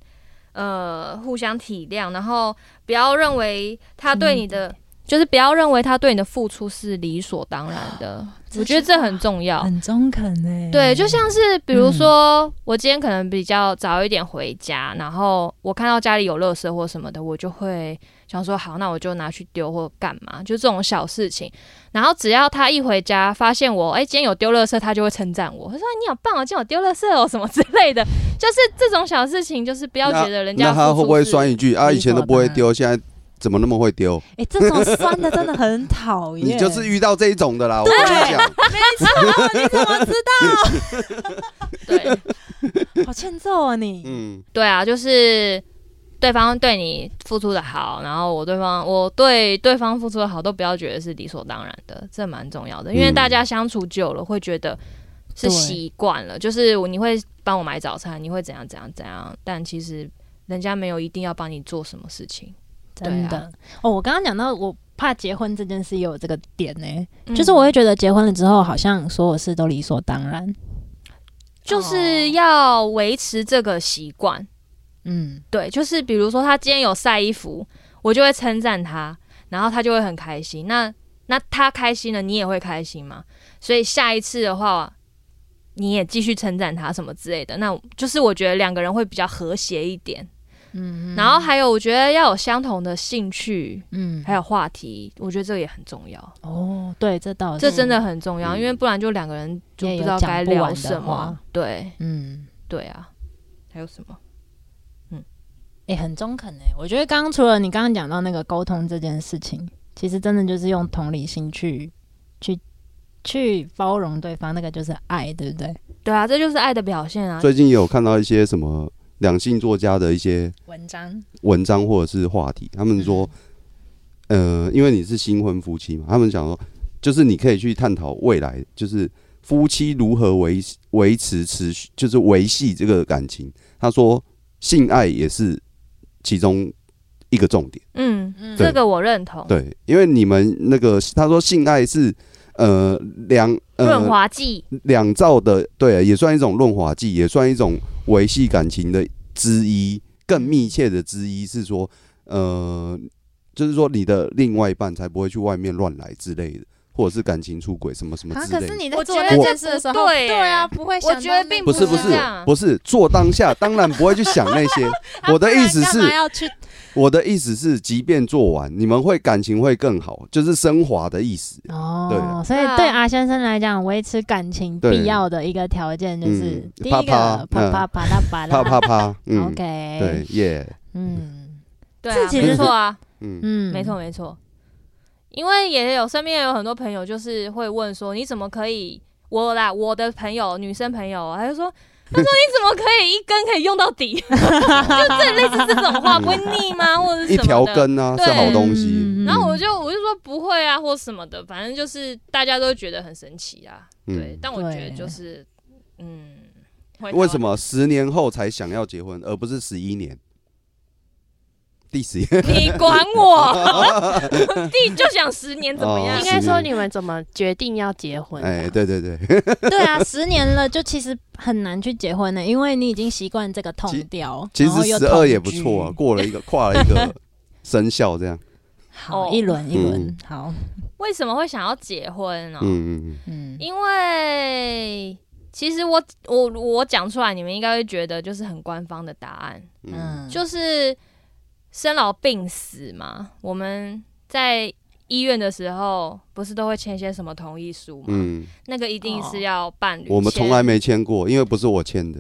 Speaker 2: 呃互相体谅，然后不要认为他对你的，就是不要认为他对你的付出是理所当然的。我觉得这很重要，
Speaker 1: 很中肯
Speaker 3: 欸
Speaker 1: 呢。
Speaker 2: 对，就像是比
Speaker 3: 嗯
Speaker 2: 如说，我今天可能比较早一点回家，然后我看到家里有垃圾或什么的，我就会想说，好，那我就拿去丢或干嘛，就这种小事情。然后只要他一回家发现我，哎、今天有丢垃圾，他就会称赞我，他说哎你好棒哦，今天有丢垃圾哦，什么之类的。就是这种小事情，就是不要觉得人家
Speaker 3: 那他
Speaker 2: 付出
Speaker 3: 会不会
Speaker 2: 是
Speaker 3: 酸一句啊？以前都不会丢，现在怎么那么会丢？
Speaker 1: 哎，这种酸的真的很讨厌。
Speaker 3: [laughs] 你就是遇到这一种的啦，我跟你讲，
Speaker 1: 你怎么知
Speaker 2: 对？
Speaker 1: 道？ [laughs] 好欠揍啊你！
Speaker 2: [laughs]
Speaker 3: 嗯，
Speaker 2: 对啊，就是对方对你付出的好，然后我对方我对对方付出的好，都不要觉得是理所当然的，这蛮重要的，因为
Speaker 3: 嗯
Speaker 2: 大家相处久了会觉得是
Speaker 1: 对
Speaker 2: 习惯了，就是我你会帮我买早餐，你会怎样怎样怎样，但其实人家没有一定要帮你做什么事情，
Speaker 1: 真
Speaker 2: 对啊
Speaker 1: 的哦，我刚刚讲到我怕结婚这件事也有这个点呢、
Speaker 2: 嗯
Speaker 1: 就是我会觉得结婚了之后，好像所有事都理所当然。哦
Speaker 2: 就是要维持这个习惯。
Speaker 1: 嗯，
Speaker 2: 对，就是比如说他今天有晒衣服，我就会称赞他，然后他就会很开心。那那他开心了，你也会开心嘛？所以下一次的话，你也继续称赞他什么之类的。那就是我觉得两个人会比较和谐一点。嗯，然后还有，我觉得要有相同的兴趣，
Speaker 1: 嗯，
Speaker 2: 还有话题，我觉得这个也很重要。
Speaker 1: 哦，对，这倒是，
Speaker 2: 这真的很重要，
Speaker 3: 嗯
Speaker 2: 因为不然就两个人就
Speaker 1: 也
Speaker 2: 不
Speaker 1: 有
Speaker 2: 知道
Speaker 1: 讲
Speaker 2: 该
Speaker 1: 不完
Speaker 2: 聊
Speaker 1: 的
Speaker 2: 什么
Speaker 1: 话。
Speaker 2: 对
Speaker 1: 嗯，
Speaker 2: 对啊，还有什么？
Speaker 1: 哎、很中肯哎、我觉得刚刚除了你刚刚讲到那个沟通这件事情，其实真的就是用同理心去去去包容对方，那个就是爱，对不对？
Speaker 2: 对啊，这就是爱的表现啊。
Speaker 3: 最近也有看到一些什么两性作家的一些
Speaker 1: 文章，
Speaker 3: 文章或者是话题，他们说，
Speaker 2: 嗯
Speaker 3: 呃，因为你是新婚夫妻嘛，他们想说，就是你可以去探讨未来，就是夫妻如何维维持持续，就是维系这个感情。他说，性爱也是其中一个重点。
Speaker 2: 嗯，
Speaker 1: 嗯
Speaker 2: 这个我认同。
Speaker 3: 对，因为你们那个他说性爱是呃两
Speaker 2: 润
Speaker 3: 呃
Speaker 2: 滑剂，
Speaker 3: 两造的，对，也算一种润滑剂，也算一种维系感情的之一。更密切的之一是说，呃，就是说你的另外一半才不会去外面乱来之类的，或者是感情出轨什么什么
Speaker 1: 啊，
Speaker 3: 之
Speaker 1: 可
Speaker 3: 类的
Speaker 1: 是。你在
Speaker 2: 我
Speaker 1: 做
Speaker 2: 觉
Speaker 1: 那
Speaker 2: 得
Speaker 1: 件
Speaker 2: 这
Speaker 1: 事的
Speaker 2: 不
Speaker 1: 时候，
Speaker 2: 对欸
Speaker 1: 啊，不会
Speaker 2: 我
Speaker 1: 想
Speaker 2: 觉得
Speaker 1: 到那
Speaker 2: 并
Speaker 1: 个
Speaker 3: 不是
Speaker 2: 不
Speaker 3: 不
Speaker 2: 是
Speaker 3: 是
Speaker 2: 这样
Speaker 3: 不是做当下，当然不会去想那
Speaker 1: [laughs]
Speaker 3: 些。我的意思
Speaker 1: 啊不
Speaker 3: 是
Speaker 1: 然干，嘛要去
Speaker 3: 我的意思是，即便做完，你们会感情会更好，就是升华的意思。对
Speaker 1: 哦
Speaker 3: 啊，
Speaker 1: 所以
Speaker 2: 对啊
Speaker 1: 对阿先生来讲，维持感情
Speaker 3: 对
Speaker 1: 必要的一个条件就是
Speaker 3: 嗯
Speaker 1: 第一个
Speaker 3: 啪
Speaker 1: 啪
Speaker 3: 啪
Speaker 1: 啪啪啦啪
Speaker 3: 啪
Speaker 1: 啦
Speaker 3: 啪啪，嗯，
Speaker 1: ，OK，
Speaker 3: 对，，耶，
Speaker 1: 嗯
Speaker 2: 对
Speaker 1: 自
Speaker 2: 啊，
Speaker 1: 己
Speaker 2: 没
Speaker 1: 是
Speaker 2: 错啊，
Speaker 3: 嗯，
Speaker 1: 嗯，
Speaker 2: 没错没错。因为也有身边也有很多朋友，就是会问说，你怎么可以？我啦，我的朋友，女生朋友，他就说，他说你怎么可以一根可以用到底？ [laughs] 就这类似这种话，不会腻
Speaker 3: [laughs]
Speaker 2: 吗？或者是
Speaker 3: 一
Speaker 2: 什么
Speaker 3: 条
Speaker 2: 的？
Speaker 3: 根啊，
Speaker 2: 对
Speaker 3: 是好东西。
Speaker 1: 嗯
Speaker 2: 然后我就我就说不会啊，或什么的，反正就是大家都觉得很神奇啊。对
Speaker 3: 嗯，，
Speaker 2: 但我觉得
Speaker 1: 对
Speaker 2: 就是，嗯，回到
Speaker 3: 为什么十年后才想要结婚，而不是十一年？第十一，
Speaker 2: 你管我，
Speaker 3: [laughs]
Speaker 2: 弟就想十年怎么样
Speaker 3: 哦
Speaker 4: 应？该说你们怎么决定要结婚、啊？
Speaker 3: 哎，对对对，
Speaker 1: 对啊，十年了，就其实很难去结婚了，因为你已经习惯这个痛
Speaker 3: 其
Speaker 1: 调，
Speaker 3: 其
Speaker 1: 然后
Speaker 3: 实
Speaker 1: 又
Speaker 3: 十二
Speaker 1: 同
Speaker 3: 也不
Speaker 1: 居
Speaker 3: 错啊，，过了一个跨了一个生肖这样。
Speaker 1: 好
Speaker 2: 哦
Speaker 1: 一轮一轮
Speaker 3: 嗯，
Speaker 1: 好，
Speaker 2: 为什么会想要结婚呢、
Speaker 3: 嗯嗯
Speaker 1: 嗯，
Speaker 2: 因为其实我我我讲出来，你们应该会觉得就是很官方的答案，
Speaker 3: 嗯嗯，
Speaker 2: 就是生老病死嘛。我们在医院的时候，不是都会签一些什么同意书嘛？
Speaker 3: 嗯，
Speaker 2: 那个一定
Speaker 1: 哦
Speaker 2: 是要伴侣签。
Speaker 3: 我们从来没签过，因为不是我签的。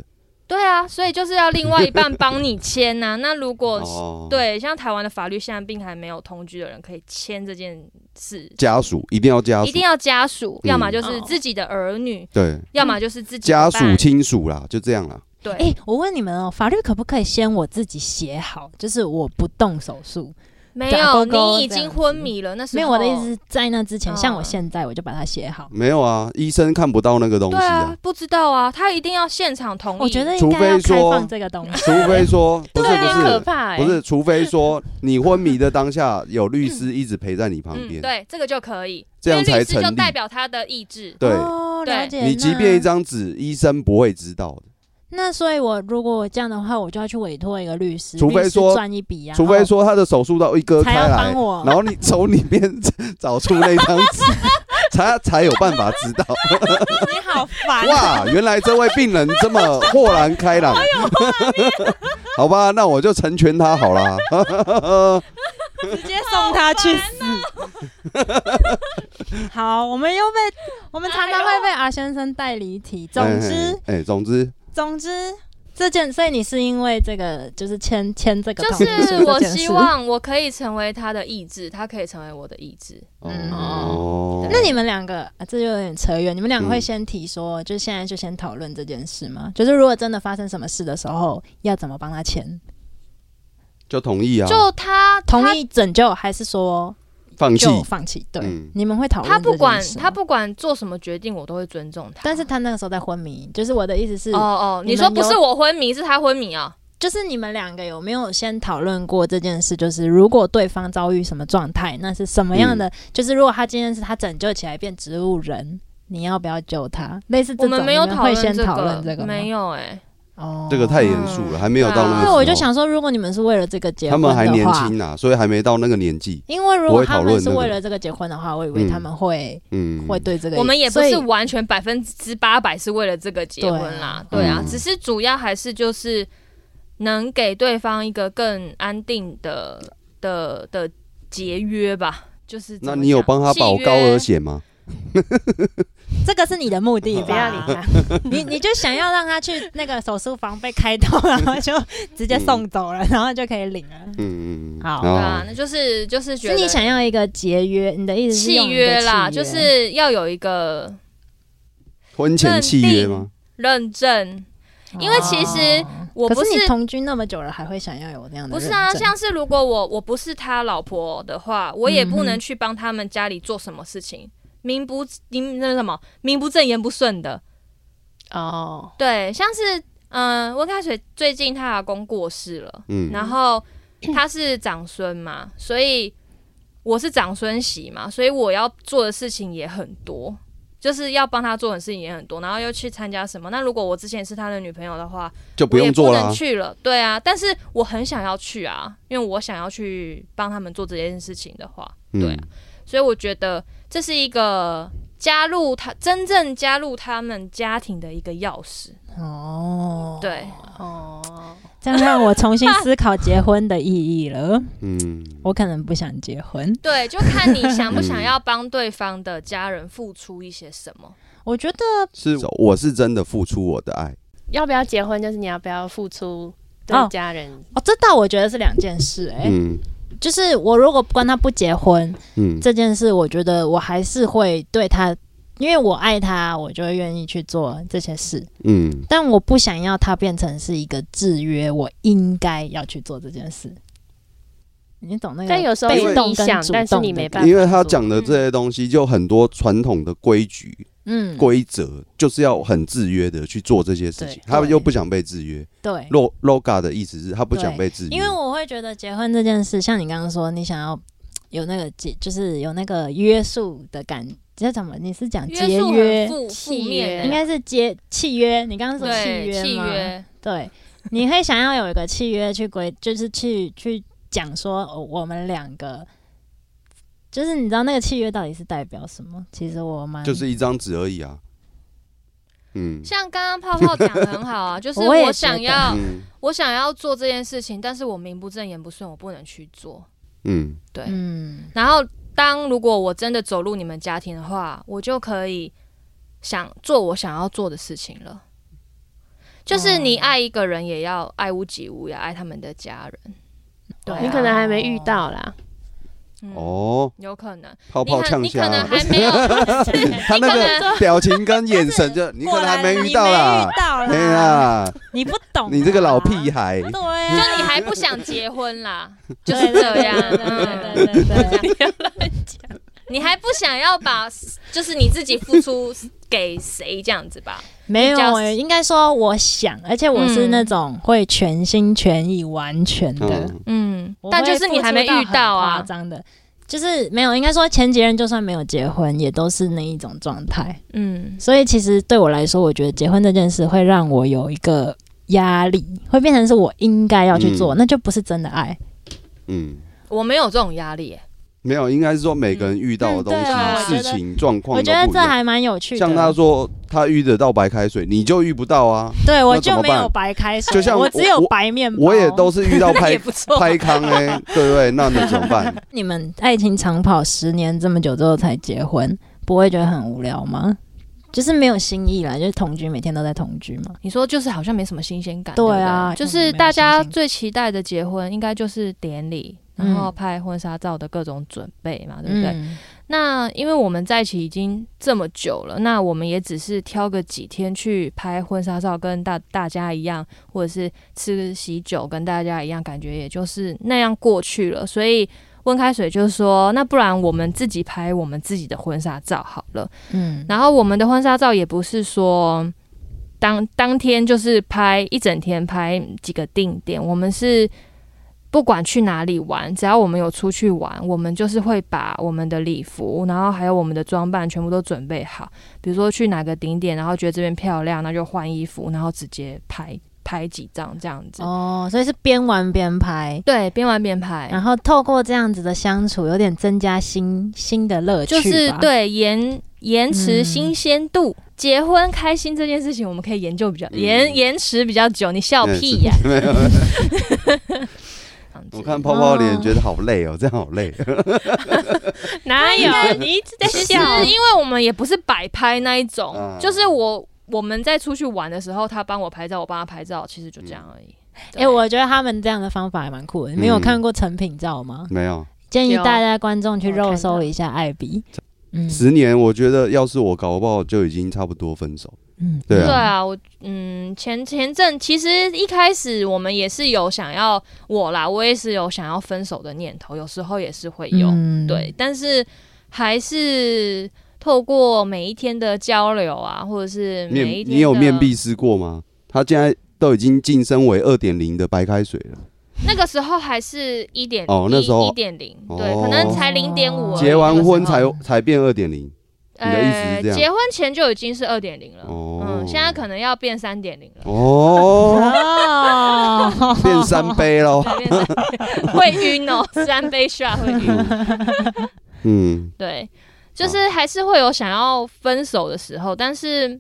Speaker 2: 对啊，所以就是要另外一半帮你签呐、那如果
Speaker 3: 哦，，
Speaker 2: 对，像台湾的法律现在并还没有同居的人可以签这件事，
Speaker 3: 家属一定要家
Speaker 2: 一
Speaker 3: 属
Speaker 2: 定，要家属，
Speaker 3: 嗯
Speaker 2: 要么就是
Speaker 1: 哦
Speaker 2: 自己的儿女，
Speaker 3: 对，
Speaker 2: 要么就是自己的
Speaker 3: 家
Speaker 2: 伴
Speaker 3: 属
Speaker 2: 侣
Speaker 3: 亲属啦，就这样啦。
Speaker 2: 对，
Speaker 1: 哎，我问你们哦，法律可不可以先我自己写好，就是我不动手术？
Speaker 2: 没
Speaker 1: 打勾
Speaker 2: 有
Speaker 1: 勾
Speaker 2: 你已
Speaker 1: 这样
Speaker 2: 经
Speaker 1: 子
Speaker 2: 昏迷了，那时候
Speaker 1: 没有，我的意思是在那之前，像我
Speaker 2: 嗯
Speaker 1: 现在我就把它写好。
Speaker 3: 没有啊，医生看不到那个东西
Speaker 2: 对啊
Speaker 3: 啊，，
Speaker 2: 不知道啊，他一定要现场同意，
Speaker 1: 我觉得应
Speaker 3: 除
Speaker 1: 该要
Speaker 3: 非
Speaker 1: 开
Speaker 3: 说
Speaker 1: 放这个东西。
Speaker 3: 除非说不
Speaker 4: 这
Speaker 3: 是
Speaker 4: 有
Speaker 3: 不
Speaker 4: 点
Speaker 3: 是
Speaker 4: 可怕、哎。
Speaker 3: 不是，除非说你昏迷的当下有律师一直陪在你旁
Speaker 2: 嗯，
Speaker 3: 边，
Speaker 2: 对，这个就可以，
Speaker 3: 这样
Speaker 2: 因为
Speaker 3: 才
Speaker 2: 律师就
Speaker 3: 成立
Speaker 2: 代表他的意志，
Speaker 3: 对
Speaker 1: 哦，了
Speaker 2: 对
Speaker 1: 解。
Speaker 3: 你即
Speaker 1: 那
Speaker 3: 便一张纸，医生不会知道的，
Speaker 1: 那所以，我如果这样的话，我就要去委托一个律师，
Speaker 3: 除
Speaker 1: 律
Speaker 3: 非
Speaker 1: 师
Speaker 3: 说
Speaker 1: 赚一笔啊，
Speaker 3: 除非说他的手术刀一割
Speaker 1: 然后才
Speaker 3: 开
Speaker 1: 要
Speaker 3: 来
Speaker 1: 帮，我。
Speaker 3: 然后你从里面 [laughs] 找出那张纸，才才有办法知道。
Speaker 1: 你好烦
Speaker 3: 哇，原来这位病人这么豁然开朗。 [laughs] 好吧，那我就成全他好啦。
Speaker 1: 直接送他去死。 [laughs] 好，我们又被我们常常会被阿先生带离题。总之，
Speaker 3: 哎，哎，总之，
Speaker 1: 总之这件，所以你是因为这个就是签签这个
Speaker 2: 就
Speaker 1: 同意书
Speaker 2: 是我
Speaker 1: 这件事，
Speaker 2: 希望我可以成为他的意志，他可以成为我的意志，
Speaker 1: 嗯
Speaker 3: 哦，
Speaker 1: 那你们两个、啊，这就有点扯远。你们两个会
Speaker 3: 嗯
Speaker 1: 先提说，就现在就先讨论这件事吗？就是如果真的发生什么事的时候，要怎么帮他签？
Speaker 3: 就同意啊，
Speaker 2: 就他
Speaker 1: 同意拯救，还是说
Speaker 3: 放弃。
Speaker 1: 就放弃？对，
Speaker 3: 嗯
Speaker 1: 你们会讨论
Speaker 2: 他，他不
Speaker 1: 这件
Speaker 2: 管
Speaker 1: 事吗
Speaker 2: 他，不管做什么决定，我都会尊重他，
Speaker 1: 但是他那个时候在昏迷，就是我的意思是，
Speaker 2: 哦哦，
Speaker 1: 你
Speaker 2: 你说
Speaker 1: 们
Speaker 2: 不
Speaker 1: 有
Speaker 2: 是我昏迷，是他昏迷啊？
Speaker 1: 就是你们两个有没有先讨论过这件事？就是如果对方遭遇什么状态，那是什么样
Speaker 3: 嗯
Speaker 1: 的？就是如果他今天是他拯救起来变植物人，你要不要救他？类似这
Speaker 2: 我
Speaker 1: 种，
Speaker 2: 们没有
Speaker 1: 你们
Speaker 2: 讨
Speaker 1: 会
Speaker 2: 论
Speaker 1: 先讨论这
Speaker 2: 这
Speaker 1: 个吗
Speaker 2: 没有哎、
Speaker 1: 哦，
Speaker 3: 这个太严肃了，还没有到那个
Speaker 2: 对啊
Speaker 3: 时
Speaker 1: 因为
Speaker 3: 候。
Speaker 1: 我就想说，如果你们是为了这个结
Speaker 3: 他
Speaker 1: 婚
Speaker 3: 们还
Speaker 1: 的
Speaker 3: 年
Speaker 1: 话，
Speaker 3: 轻呐，所以还没到那个年纪。
Speaker 1: 因为如
Speaker 3: 不
Speaker 1: 果
Speaker 3: 会讨
Speaker 1: 他
Speaker 3: 论
Speaker 1: 们是
Speaker 3: 那个
Speaker 1: 为了这个结婚的话，我以为
Speaker 3: 嗯
Speaker 1: 他们会
Speaker 3: 嗯，
Speaker 1: 会对这个，
Speaker 2: 我们也不
Speaker 1: 所以
Speaker 2: 是完全百分之八百是为了这个结婚啦，
Speaker 3: 对啊
Speaker 2: 对啊，
Speaker 3: 嗯
Speaker 2: 只是主要还是就是能给对方一个更安定的的的节约吧，就是怎
Speaker 3: 那
Speaker 2: 么
Speaker 3: 你有
Speaker 2: 讲
Speaker 3: 帮他保高额？
Speaker 2: 契
Speaker 3: 险吗？
Speaker 1: 这个是你的目的
Speaker 4: 你
Speaker 1: 吧，
Speaker 4: 不要理他。
Speaker 3: [laughs]
Speaker 1: 你你就想要让他去那个手术房被开刀，然后就直接送走了，然后就可以领了。
Speaker 3: 嗯嗯嗯，
Speaker 1: 好
Speaker 2: 约对
Speaker 3: 然
Speaker 2: 啊，
Speaker 3: 后
Speaker 2: 那就是就是觉
Speaker 1: 是
Speaker 2: 得
Speaker 1: 你想要一个节约，你的意思是用
Speaker 2: 契
Speaker 1: 你的
Speaker 2: 约啦，
Speaker 1: 契
Speaker 2: 就是要有一个
Speaker 3: 婚前契约吗？
Speaker 2: 认证。因为其实
Speaker 1: 哦
Speaker 2: 我不
Speaker 1: 可
Speaker 2: 是
Speaker 1: 是你同居那么久了，还会想要有那样的
Speaker 2: 不
Speaker 1: 认证？
Speaker 2: 是啊，像是如果我我不是他老婆的话，我也不
Speaker 1: 嗯
Speaker 2: 能
Speaker 1: 哼
Speaker 2: 去帮他们家里做什么事情，名不名那个什么名不正言不顺的。
Speaker 4: 哦，
Speaker 2: 对，像是嗯、呃温开水最近她老公过世了，
Speaker 3: 嗯，
Speaker 2: 然后他是长孙嘛，所以我是长孙媳嘛，所以我要做的事情也很多，就是要帮他做的事情也很多，然后又去参加什么。那如果我之前是他的女朋友的话，
Speaker 3: 就
Speaker 2: 我
Speaker 3: 不
Speaker 2: 也
Speaker 3: 用
Speaker 2: 不
Speaker 3: 做
Speaker 2: 能
Speaker 3: 啦。
Speaker 2: 去了，对啊，但是我很想要去啊，因为我想要去帮他们做这件事情的话，对啊
Speaker 3: 嗯，
Speaker 2: 所以我觉得这是一个加入他真正加入他们家庭的一个钥匙，
Speaker 1: 哦，，
Speaker 2: 对，
Speaker 4: 哦，
Speaker 1: 这样让我重新思考结婚的意义了。 [laughs]
Speaker 3: 嗯，
Speaker 1: 我可能不想结婚，
Speaker 2: 对，就看你想不想要帮对方的家人付出一些什
Speaker 1: [laughs]
Speaker 2: 么。
Speaker 1: 我觉得
Speaker 3: 是我是真的付出我的爱。
Speaker 4: 要不要结婚？就是你要不要付出
Speaker 1: 哦
Speaker 4: 对家人？
Speaker 1: 哦，这倒我觉得是两件事、哎、
Speaker 3: 嗯
Speaker 1: 就是我如果跟他不结婚，
Speaker 3: 嗯
Speaker 1: 这件事，我觉得我还是会对他，因为我爱他，我就会愿意去做这些事。
Speaker 3: 嗯，
Speaker 1: 但我不想要他变成是一个制约，我应该要去做这件事。你懂那个？
Speaker 4: 但有时候
Speaker 1: 被
Speaker 4: 是
Speaker 1: 动
Speaker 4: 你
Speaker 1: 跟
Speaker 4: 想
Speaker 1: 主，
Speaker 4: 但是
Speaker 1: 动
Speaker 4: 你
Speaker 1: 的
Speaker 4: 没
Speaker 1: 感
Speaker 4: 办法。
Speaker 3: 因为他，讲的这些东西，就很多传统的规矩
Speaker 1: 嗯，
Speaker 3: 规则，就是要很制约的去做这些事情
Speaker 1: 对。
Speaker 3: 他
Speaker 1: 对
Speaker 3: 又不想被制约。
Speaker 1: 对，
Speaker 3: log loga 的意思是他不想
Speaker 1: 对
Speaker 3: 被制约，
Speaker 1: 因为我会觉得结婚这件事，像你刚刚说，你想要有那个节，就是有那个约束的感，这怎么？你是讲节
Speaker 2: 约束
Speaker 1: 约
Speaker 2: 很？负负
Speaker 4: 契约
Speaker 2: 面的，
Speaker 1: 应该是接契约，你刚刚说契
Speaker 2: 对
Speaker 1: 约
Speaker 2: 契
Speaker 1: 吗？
Speaker 2: 约，
Speaker 1: 对，你会想要有一个契约去规，就是去去讲说、哦我们两个，就是你知道那个契约到底是代表什么？其实我蛮
Speaker 3: 就是一张纸而已啊。嗯
Speaker 2: 像刚刚泡泡讲的很
Speaker 1: [laughs]
Speaker 2: 好啊，就是
Speaker 1: 我也觉
Speaker 2: 我想
Speaker 1: 得
Speaker 2: 要
Speaker 3: 嗯
Speaker 2: 我想要做这件事情，但是我名不正言不顺，我不能去做。
Speaker 3: 嗯
Speaker 2: 对，
Speaker 1: 嗯
Speaker 2: 然后当如果我真的走入你们家庭的话，我就可以想做我想要做的事情了。
Speaker 1: 哦
Speaker 2: 就是你爱一个人，也要爱屋及乌，要爱他们的家人。对啊、
Speaker 4: 你可能还没遇到啦。
Speaker 2: 嗯，
Speaker 3: 哦，
Speaker 2: 有可能，
Speaker 3: 泡
Speaker 2: 你
Speaker 3: 泡
Speaker 2: 可
Speaker 3: 呛
Speaker 2: 你可
Speaker 3: 虾
Speaker 2: 能
Speaker 3: 啊，
Speaker 2: 还
Speaker 1: [laughs]
Speaker 2: 没有，
Speaker 3: 他那个表情跟眼神就 [laughs] 你可能还没遇到
Speaker 1: [laughs]
Speaker 3: 啦， [laughs]
Speaker 1: 到
Speaker 3: 哎呀，
Speaker 1: 你不懂，啊
Speaker 3: 你这个老屁，
Speaker 1: [laughs]
Speaker 3: 孩，
Speaker 1: 对
Speaker 2: 就
Speaker 1: 啊，
Speaker 2: 你还不想结婚啦，
Speaker 1: 就
Speaker 2: 就是这样。
Speaker 1: 对
Speaker 2: 嗯
Speaker 1: 对对对对对
Speaker 2: 你还不想要把，就是你自己付出给谁这样子吧？
Speaker 1: 没有
Speaker 2: 比较
Speaker 1: 哎、应该说我想，而且我是那种会全心全意、完全的。
Speaker 3: 嗯
Speaker 2: 嗯
Speaker 1: 我，
Speaker 2: 但
Speaker 1: 会
Speaker 2: 就是你
Speaker 1: 付
Speaker 2: 还
Speaker 1: 出
Speaker 2: 没遇到
Speaker 1: 很夸
Speaker 2: 啊。
Speaker 1: 张的，就是没有，应该说前几任就算没有结婚，也都是那一种状态。
Speaker 2: 嗯，
Speaker 1: 所以其实对我来说，我觉得结婚这件事会让我有一个压力，会变成是我应该要去做，
Speaker 3: 嗯
Speaker 1: 那就不是真的爱。
Speaker 3: 嗯，
Speaker 2: 我没有这种压力耶、
Speaker 3: 没有，应该是说每个人遇到的东
Speaker 1: 嗯对啊
Speaker 3: 西、
Speaker 1: 我觉
Speaker 3: 事
Speaker 1: 得
Speaker 3: 情、状况
Speaker 1: 我
Speaker 3: 都
Speaker 1: 觉得
Speaker 3: 不一
Speaker 1: 这
Speaker 3: 样。
Speaker 1: 还蛮有趣的。
Speaker 3: 像他说他遇得到白开水，你就遇不到啊。
Speaker 1: 对我
Speaker 3: 那怎
Speaker 1: 就
Speaker 3: 么
Speaker 1: 没有
Speaker 3: 办
Speaker 1: 白开水，
Speaker 3: 就像
Speaker 1: 我
Speaker 3: 我
Speaker 1: 只有
Speaker 3: 我
Speaker 1: 白面包。
Speaker 3: 我也都是遇
Speaker 1: [laughs]
Speaker 2: [laughs]
Speaker 3: 到
Speaker 2: 那
Speaker 3: 拍
Speaker 2: 也不错。
Speaker 3: 拍康哎，对不对？那能怎么办？
Speaker 1: 你们爱情长跑十年这么久之后才结婚，不会觉得很无聊吗？就是没有新意啦，就是同居，每天都在同居嘛。
Speaker 2: 你说就是好像没什么新鲜感，
Speaker 1: 对
Speaker 2: 对
Speaker 1: 啊
Speaker 2: 不对就
Speaker 1: 没有
Speaker 2: 是
Speaker 1: 新
Speaker 2: 大家
Speaker 1: 鲜感
Speaker 2: 最期待的结婚，应该就是典礼，
Speaker 1: 嗯
Speaker 2: 然后拍婚纱照的各种准备嘛，对不对？
Speaker 1: 嗯
Speaker 2: 那因为我们在一起已经这么久了，那我们也只是挑个几天去拍婚纱照，跟大大家一样，或者是吃喜酒，跟大家一样，感觉也就是那样过去了。所以温开水就说：“那不然我们自己拍我们自己的婚纱照好了。”
Speaker 1: 嗯，
Speaker 2: 然后我们的婚纱照也不是说，当当天就是拍一整天，拍几个定点。我们是不管去哪里玩，只要我们有出去玩，我们就是会把我们的礼服，然后还有我们的装扮全部都准备好。比如说去哪个顶点，然后觉得这边漂亮，那就换衣服，然后直接拍拍几张这样子。
Speaker 1: 哦，所以是边玩边拍，
Speaker 2: 对，边玩边拍。
Speaker 1: 然后透过这样子的相处，有点增加新新的乐趣吧，
Speaker 2: 就是对延延迟
Speaker 1: 嗯
Speaker 2: 新鲜度。结婚开心这件事情，我们可以研究比较延
Speaker 3: 嗯
Speaker 2: 延迟比较久。你笑
Speaker 3: 嗯
Speaker 2: 屁呀、
Speaker 3: 没有
Speaker 2: [laughs]
Speaker 3: 没有
Speaker 2: 这样子
Speaker 3: 我看泡泡脸觉得好累哦，这样好累。
Speaker 4: 哪有？ [laughs] 你一直在
Speaker 2: 其实
Speaker 4: 笑。
Speaker 2: 因为我们也不是摆拍那一种，
Speaker 3: 嗯
Speaker 2: 就是我我们在出去玩的时候，他帮我拍照，我帮他拍照，其实就这样而已。
Speaker 1: 哎、
Speaker 3: 嗯
Speaker 1: 我觉得他们这样的方法还蛮酷的。你们有看过成品照吗？
Speaker 3: 没有
Speaker 1: 建议
Speaker 4: 有
Speaker 1: 大家观众去
Speaker 4: 我看到
Speaker 1: 肉搜一下艾比。嗯
Speaker 3: 十年，我觉得要是我搞不好就已经差不多分手。
Speaker 1: 嗯，
Speaker 3: 对
Speaker 2: 对啊，我嗯前前阵其实一开始我们也是有想要我啦，我也是有想要分手的念头，有时候也是会有，
Speaker 1: 嗯
Speaker 2: 对，，但是还是透过每一天的交流啊，或者是每一
Speaker 3: 面
Speaker 2: 天
Speaker 3: 你有
Speaker 2: 的
Speaker 3: 面壁思过吗？他现在都已经晋升为二点零的白开水了，
Speaker 2: 那个时候还是一点
Speaker 3: 哦那时候
Speaker 2: 一点零，对，
Speaker 3: 哦
Speaker 2: 可能才零点五。
Speaker 3: 结完婚才
Speaker 2: 那个时候呃
Speaker 3: 才变二点零。你的意思是这样
Speaker 2: 结婚前就已经是二点零了，
Speaker 3: 哦
Speaker 2: 嗯，现在可能要变三点零了。
Speaker 3: [laughs]
Speaker 2: [laughs]
Speaker 3: 哦，
Speaker 1: [laughs] 哦，
Speaker 3: 变三杯喽。
Speaker 2: 对变3.0会晕哦，三杯 shot 会晕。哦
Speaker 3: 嗯，
Speaker 2: 对，就是还是会有想要分手的时候，但是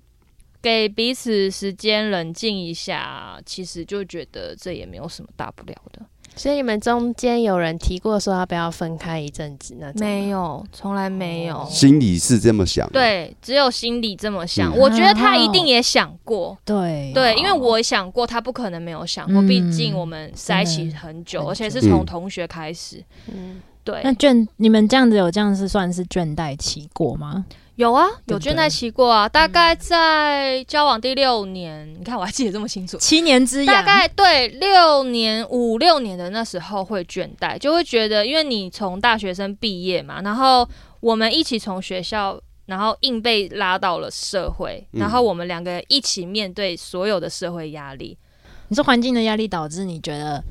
Speaker 2: 给彼此时间冷静一下，其实就觉得这也没有什么大不了的。
Speaker 4: 所以你们中间有人提过说要不要分开一阵子那种？
Speaker 2: 没有，从来没有。
Speaker 3: 心里是这么想。，
Speaker 2: 对，只有心里这么想。
Speaker 3: 嗯
Speaker 2: 我觉得他一定也想过，
Speaker 1: 对
Speaker 2: 对，因为我想过，他不可能没有想过，毕
Speaker 1: 嗯
Speaker 2: 竟我们在一起很久，
Speaker 1: 真的
Speaker 2: 而且是
Speaker 3: 很久
Speaker 2: 从同学开始。
Speaker 4: 嗯，
Speaker 2: 对
Speaker 1: 那，倦，你们这样子有这样是算是倦怠期过吗？
Speaker 2: 有啊，
Speaker 1: 对
Speaker 2: 有
Speaker 1: 不对
Speaker 2: 倦怠期过啊，大概在交往第六年，你看我还记得这么清楚。
Speaker 1: 七年之痒，
Speaker 2: 大概对六年五六年的那时候会倦怠，就会觉得，因为你从大学生毕业嘛，然后我们一起从学校，然后硬被拉到了社会，
Speaker 3: 嗯
Speaker 2: 然后我们两个一起面对所有的社会压力，
Speaker 1: 你说环境的压力导致你觉得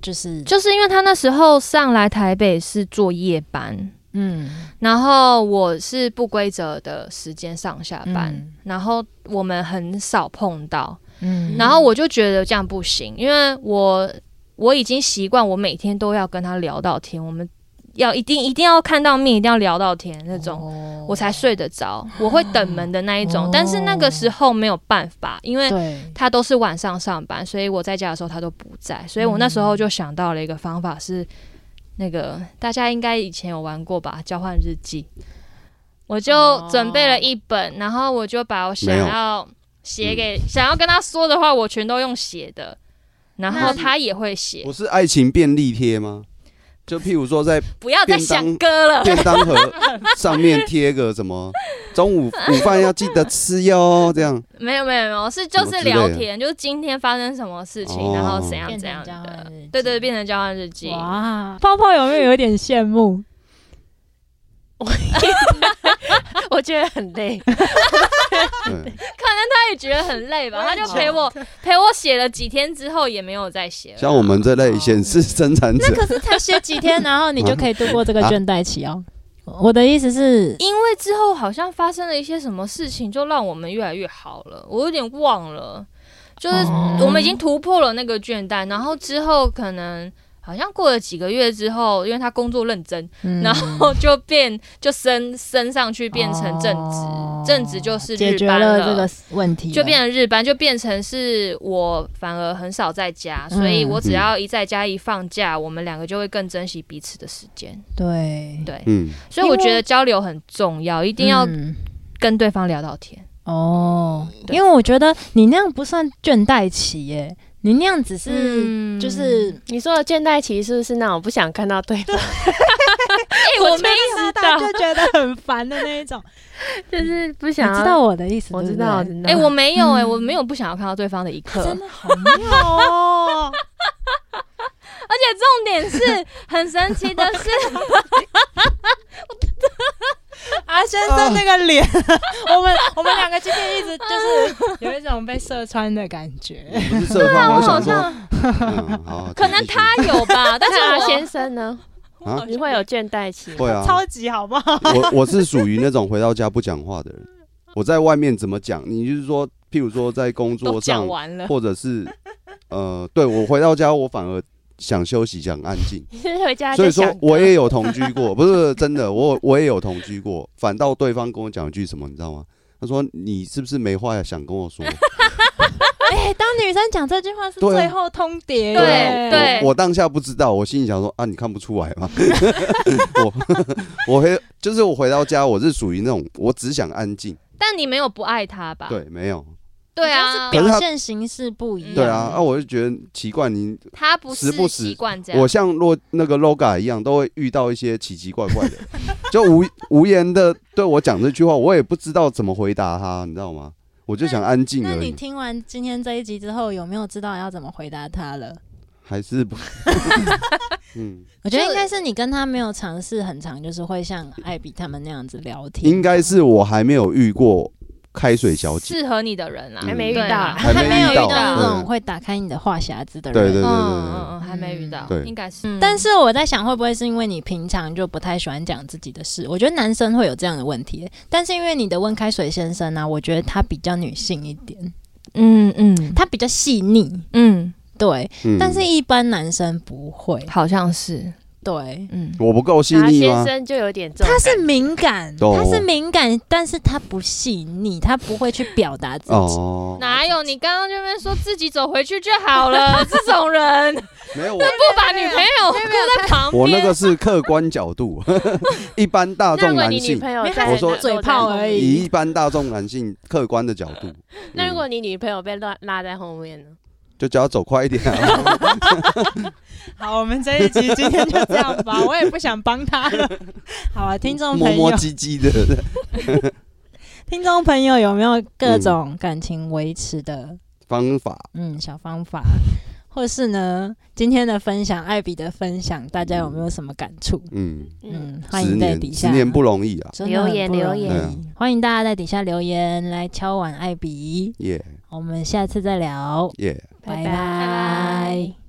Speaker 1: 就是
Speaker 2: 就是因为他那时候上来台北是做夜班，
Speaker 1: 嗯
Speaker 2: 然后我是不规则的时间上下班，
Speaker 1: 嗯
Speaker 2: 然后我们很少碰到，
Speaker 1: 嗯
Speaker 2: 然后我就觉得这样不行，因为我我已经习惯我每天都要跟他聊到天，我们要一定一定要看到面，一定要聊到天那种。
Speaker 1: 种
Speaker 2: 我才睡得着，我会等门的那一种，
Speaker 1: 哦
Speaker 2: 但是那个时候没有办法，因为
Speaker 1: 对
Speaker 2: 他都是晚上上班，所以我在家的时候他都不在，所以我那时候
Speaker 3: 嗯
Speaker 2: 就想到了一个方法是，那个大家应该以前有玩过吧，交换日记。我就
Speaker 1: 哦
Speaker 2: 准备了一本，然后我就把我想
Speaker 3: 没有
Speaker 2: 要写给、想要跟他说的话，我全都用写的，然后他也会写
Speaker 3: 我。是爱情便利贴吗？就譬如说在
Speaker 2: 不要再想
Speaker 3: 便当
Speaker 2: 歌了，
Speaker 3: 便当盒上面贴个什么，
Speaker 2: [laughs]
Speaker 3: 中午午饭要记得吃哟，这样。
Speaker 2: 没有没有没有，是就
Speaker 3: 什
Speaker 2: 是
Speaker 3: 么之类的
Speaker 2: 聊天，就是今天发生什么事情，
Speaker 3: 哦
Speaker 2: 然后怎样
Speaker 1: 变
Speaker 2: 怎
Speaker 1: 成
Speaker 2: 样
Speaker 1: 交
Speaker 2: 的
Speaker 1: 换日，记
Speaker 2: 对对，变成交换日记。
Speaker 1: 哇，泡泡有没有有点羡 [laughs] 慕？
Speaker 4: 我觉得很累。
Speaker 3: 对，
Speaker 2: 他也觉得很累吧，他就陪 [laughs] 我陪我写了几天之后也没有再写了。
Speaker 3: 像我们这类显示生产者，
Speaker 1: 可是才写几天，然后你就可以度过 [laughs] 这个倦怠期哦。我的意思是，
Speaker 2: 因为之后好像发生了一些什么事情，就让我们越来越好了，我有点忘了。就是
Speaker 1: 哦
Speaker 2: 我们已经突破了那个倦怠，然后之后可能好像过了几个月之后，因为他工作认真，
Speaker 1: 嗯
Speaker 2: 然后就变就升升上去变成正职，
Speaker 1: 哦
Speaker 2: 正职就是
Speaker 1: 解
Speaker 2: 日
Speaker 1: 决
Speaker 2: 班
Speaker 1: 了这个问题了，
Speaker 2: 就变成日班，就变成是我反而很少在家，所以我只要一在家一放假，我们两个就会更珍惜彼此的时间。
Speaker 1: 对，
Speaker 2: 对， [laughs]
Speaker 3: 嗯，
Speaker 2: 所以我觉得交流很重要，一
Speaker 1: 一
Speaker 2: 定要跟对方聊到天。
Speaker 1: 哦，
Speaker 2: 对
Speaker 1: 因为我觉得你那样不算倦怠期耶，你那样只是就是
Speaker 4: 你说的倦怠期是不是那种不想看到对方？
Speaker 2: 哎、我没
Speaker 1: 知道就觉得很烦的那一 [laughs] 种，
Speaker 4: [laughs] 就是不
Speaker 1: 你
Speaker 4: 想要
Speaker 1: 知啊道我的意思，
Speaker 4: 我
Speaker 1: 对
Speaker 4: 知
Speaker 1: 不对
Speaker 4: 道，我知道。
Speaker 2: 哎、我没有哎、
Speaker 1: 嗯
Speaker 2: 我没有不想要看到对方的一刻。
Speaker 1: 真的好妙哦，
Speaker 2: 而且重点是很神奇的是，
Speaker 4: 啊，
Speaker 1: 达先生那个 [laughs] 脸，我们我们两个今天一直就是有一种被射穿的感觉。
Speaker 3: 不是射啊方，我
Speaker 2: 啊我好
Speaker 3: 想说，
Speaker 2: 像
Speaker 3: 嗯，好，
Speaker 2: 可能
Speaker 3: 继续
Speaker 2: 他有
Speaker 3: [laughs]
Speaker 2: 吧，但是
Speaker 4: 那
Speaker 2: 我
Speaker 4: 阿先生呢？
Speaker 3: 啊
Speaker 4: 你会有倦怠期吗？
Speaker 3: 会啊，
Speaker 1: 超级好不好？
Speaker 3: 我我是属于那种回到家不讲话的人。我在外面怎么讲？你就是说，譬如说在工
Speaker 2: 都
Speaker 3: 作
Speaker 2: 讲
Speaker 3: 上，
Speaker 2: 完了，
Speaker 3: 或者是呃，对我回到家，我反而想休息，想安静。
Speaker 4: 你是回家
Speaker 3: 所
Speaker 4: 就
Speaker 3: 以说
Speaker 4: 想，
Speaker 3: 我也有同居过，不是真的，我我也有同居过。反倒对方跟我讲一句什么，你知道吗？他说：“你是不是没话想跟我说
Speaker 1: 哎、当女生讲这句话是
Speaker 3: 对啊
Speaker 1: 最后通牒耶，
Speaker 2: 对
Speaker 3: 啊？”
Speaker 2: 对
Speaker 3: 我我当下不知道，我心里想说：“啊，你看不出来吗？” [laughs] 我 [laughs] 我回就是我回到家，我是属于那种我只想安静，
Speaker 2: 但你没有不爱他
Speaker 1: 啊
Speaker 2: 吧？
Speaker 3: 对，没有，
Speaker 2: 对
Speaker 1: 就是
Speaker 2: 啊，
Speaker 3: 可是
Speaker 1: 表
Speaker 3: 他
Speaker 1: 现形式不一样。
Speaker 3: 对啊，啊，我就觉得奇怪，你
Speaker 2: 他不
Speaker 3: 时不
Speaker 2: 是
Speaker 3: 时
Speaker 2: 习惯这样。
Speaker 3: 我像洛那个 LOGA 一样，都会遇到一些奇奇怪怪的，就无无言的对我讲这句话，我也不知道怎么回答他，你知道吗？我就想安静
Speaker 1: 那
Speaker 3: 而
Speaker 1: 你
Speaker 3: 已，
Speaker 1: 听完今天这一集之后，有没有知道要怎么回答他了？
Speaker 3: 还
Speaker 1: [laughs]
Speaker 3: 是不，嗯，
Speaker 1: 我觉得
Speaker 2: 就
Speaker 1: 应该是你跟他没有尝试很长，就是会像艾比他们那样子聊天。
Speaker 3: 应该是我还没有遇过开水小姐，
Speaker 2: 适合你的人啦，
Speaker 3: 嗯还
Speaker 4: 没遇
Speaker 2: 对
Speaker 4: 到
Speaker 2: 啦
Speaker 3: 还
Speaker 1: 还没有遇到
Speaker 3: 没遇到
Speaker 1: 那种
Speaker 3: 对
Speaker 1: 会打开你的话匣子的人。
Speaker 3: 对对对
Speaker 2: 嗯
Speaker 3: 对对，
Speaker 2: 嗯嗯，还没遇到，
Speaker 3: 对
Speaker 2: 应该是。
Speaker 1: 但是我在想，会不会是因为你平常就不太喜欢讲自己的事？我觉得男生会有这样的问题，但是因为你的温开水先生呢、啊我觉得他比较女性一点，
Speaker 2: 嗯嗯
Speaker 1: 他比较细腻，
Speaker 2: 嗯，
Speaker 1: 对。
Speaker 3: 嗯
Speaker 1: 但是一般男生不会，
Speaker 2: 好像是，
Speaker 1: 对。
Speaker 2: 嗯，
Speaker 3: 我不够细
Speaker 4: 阿
Speaker 3: 腻
Speaker 4: 先
Speaker 3: 吗？
Speaker 4: 生就有点这种
Speaker 1: 他
Speaker 4: 感觉，
Speaker 1: 是敏感，
Speaker 3: 懂
Speaker 1: 他是敏感，但是他不细腻，他不会去表达自己。
Speaker 3: 哦，
Speaker 2: 哪有你刚刚这边说自己走回去就好了，这种人不
Speaker 3: 没有我。
Speaker 2: 把女朋友搁在旁边，
Speaker 3: 我那个是客观角度， [laughs] 一般大
Speaker 4: 那
Speaker 3: 众
Speaker 4: 如果
Speaker 3: 男
Speaker 4: 你女
Speaker 3: 性，
Speaker 4: 朋友
Speaker 1: 因为
Speaker 4: 在
Speaker 1: 他
Speaker 3: 只是
Speaker 4: 那
Speaker 1: 嘴炮而已
Speaker 3: 以一般大众男性客观的角度，
Speaker 4: 那
Speaker 3: 嗯
Speaker 4: 如果你女朋友被拉拉在后面呢？
Speaker 3: 就叫他走快一点啊。
Speaker 1: 好，我们这一集今天就这样吧，我也不想帮他了。好啊，听众
Speaker 3: 摸
Speaker 1: 朋
Speaker 3: 摸
Speaker 1: 友，
Speaker 3: 唧唧的，
Speaker 1: 听众朋友有没有
Speaker 3: 嗯
Speaker 1: 各种感情维持的
Speaker 3: 方法，
Speaker 1: 嗯小方法，或是呢今天的分享，艾比的分享，大家有没有什么感触？
Speaker 3: 嗯，
Speaker 1: 嗯，欢
Speaker 3: 十
Speaker 1: 迎在
Speaker 3: 年
Speaker 1: 底下
Speaker 3: 十年不容易啊，
Speaker 1: 真的很
Speaker 4: 留言
Speaker 1: 不容
Speaker 4: 留
Speaker 1: 易
Speaker 4: 言
Speaker 3: 对啊
Speaker 1: 欢迎大家在底下留言来敲碗艾比，
Speaker 3: 耶
Speaker 1: 我们下次再聊，
Speaker 3: 耶。
Speaker 1: 拜
Speaker 4: 拜拜
Speaker 1: 拜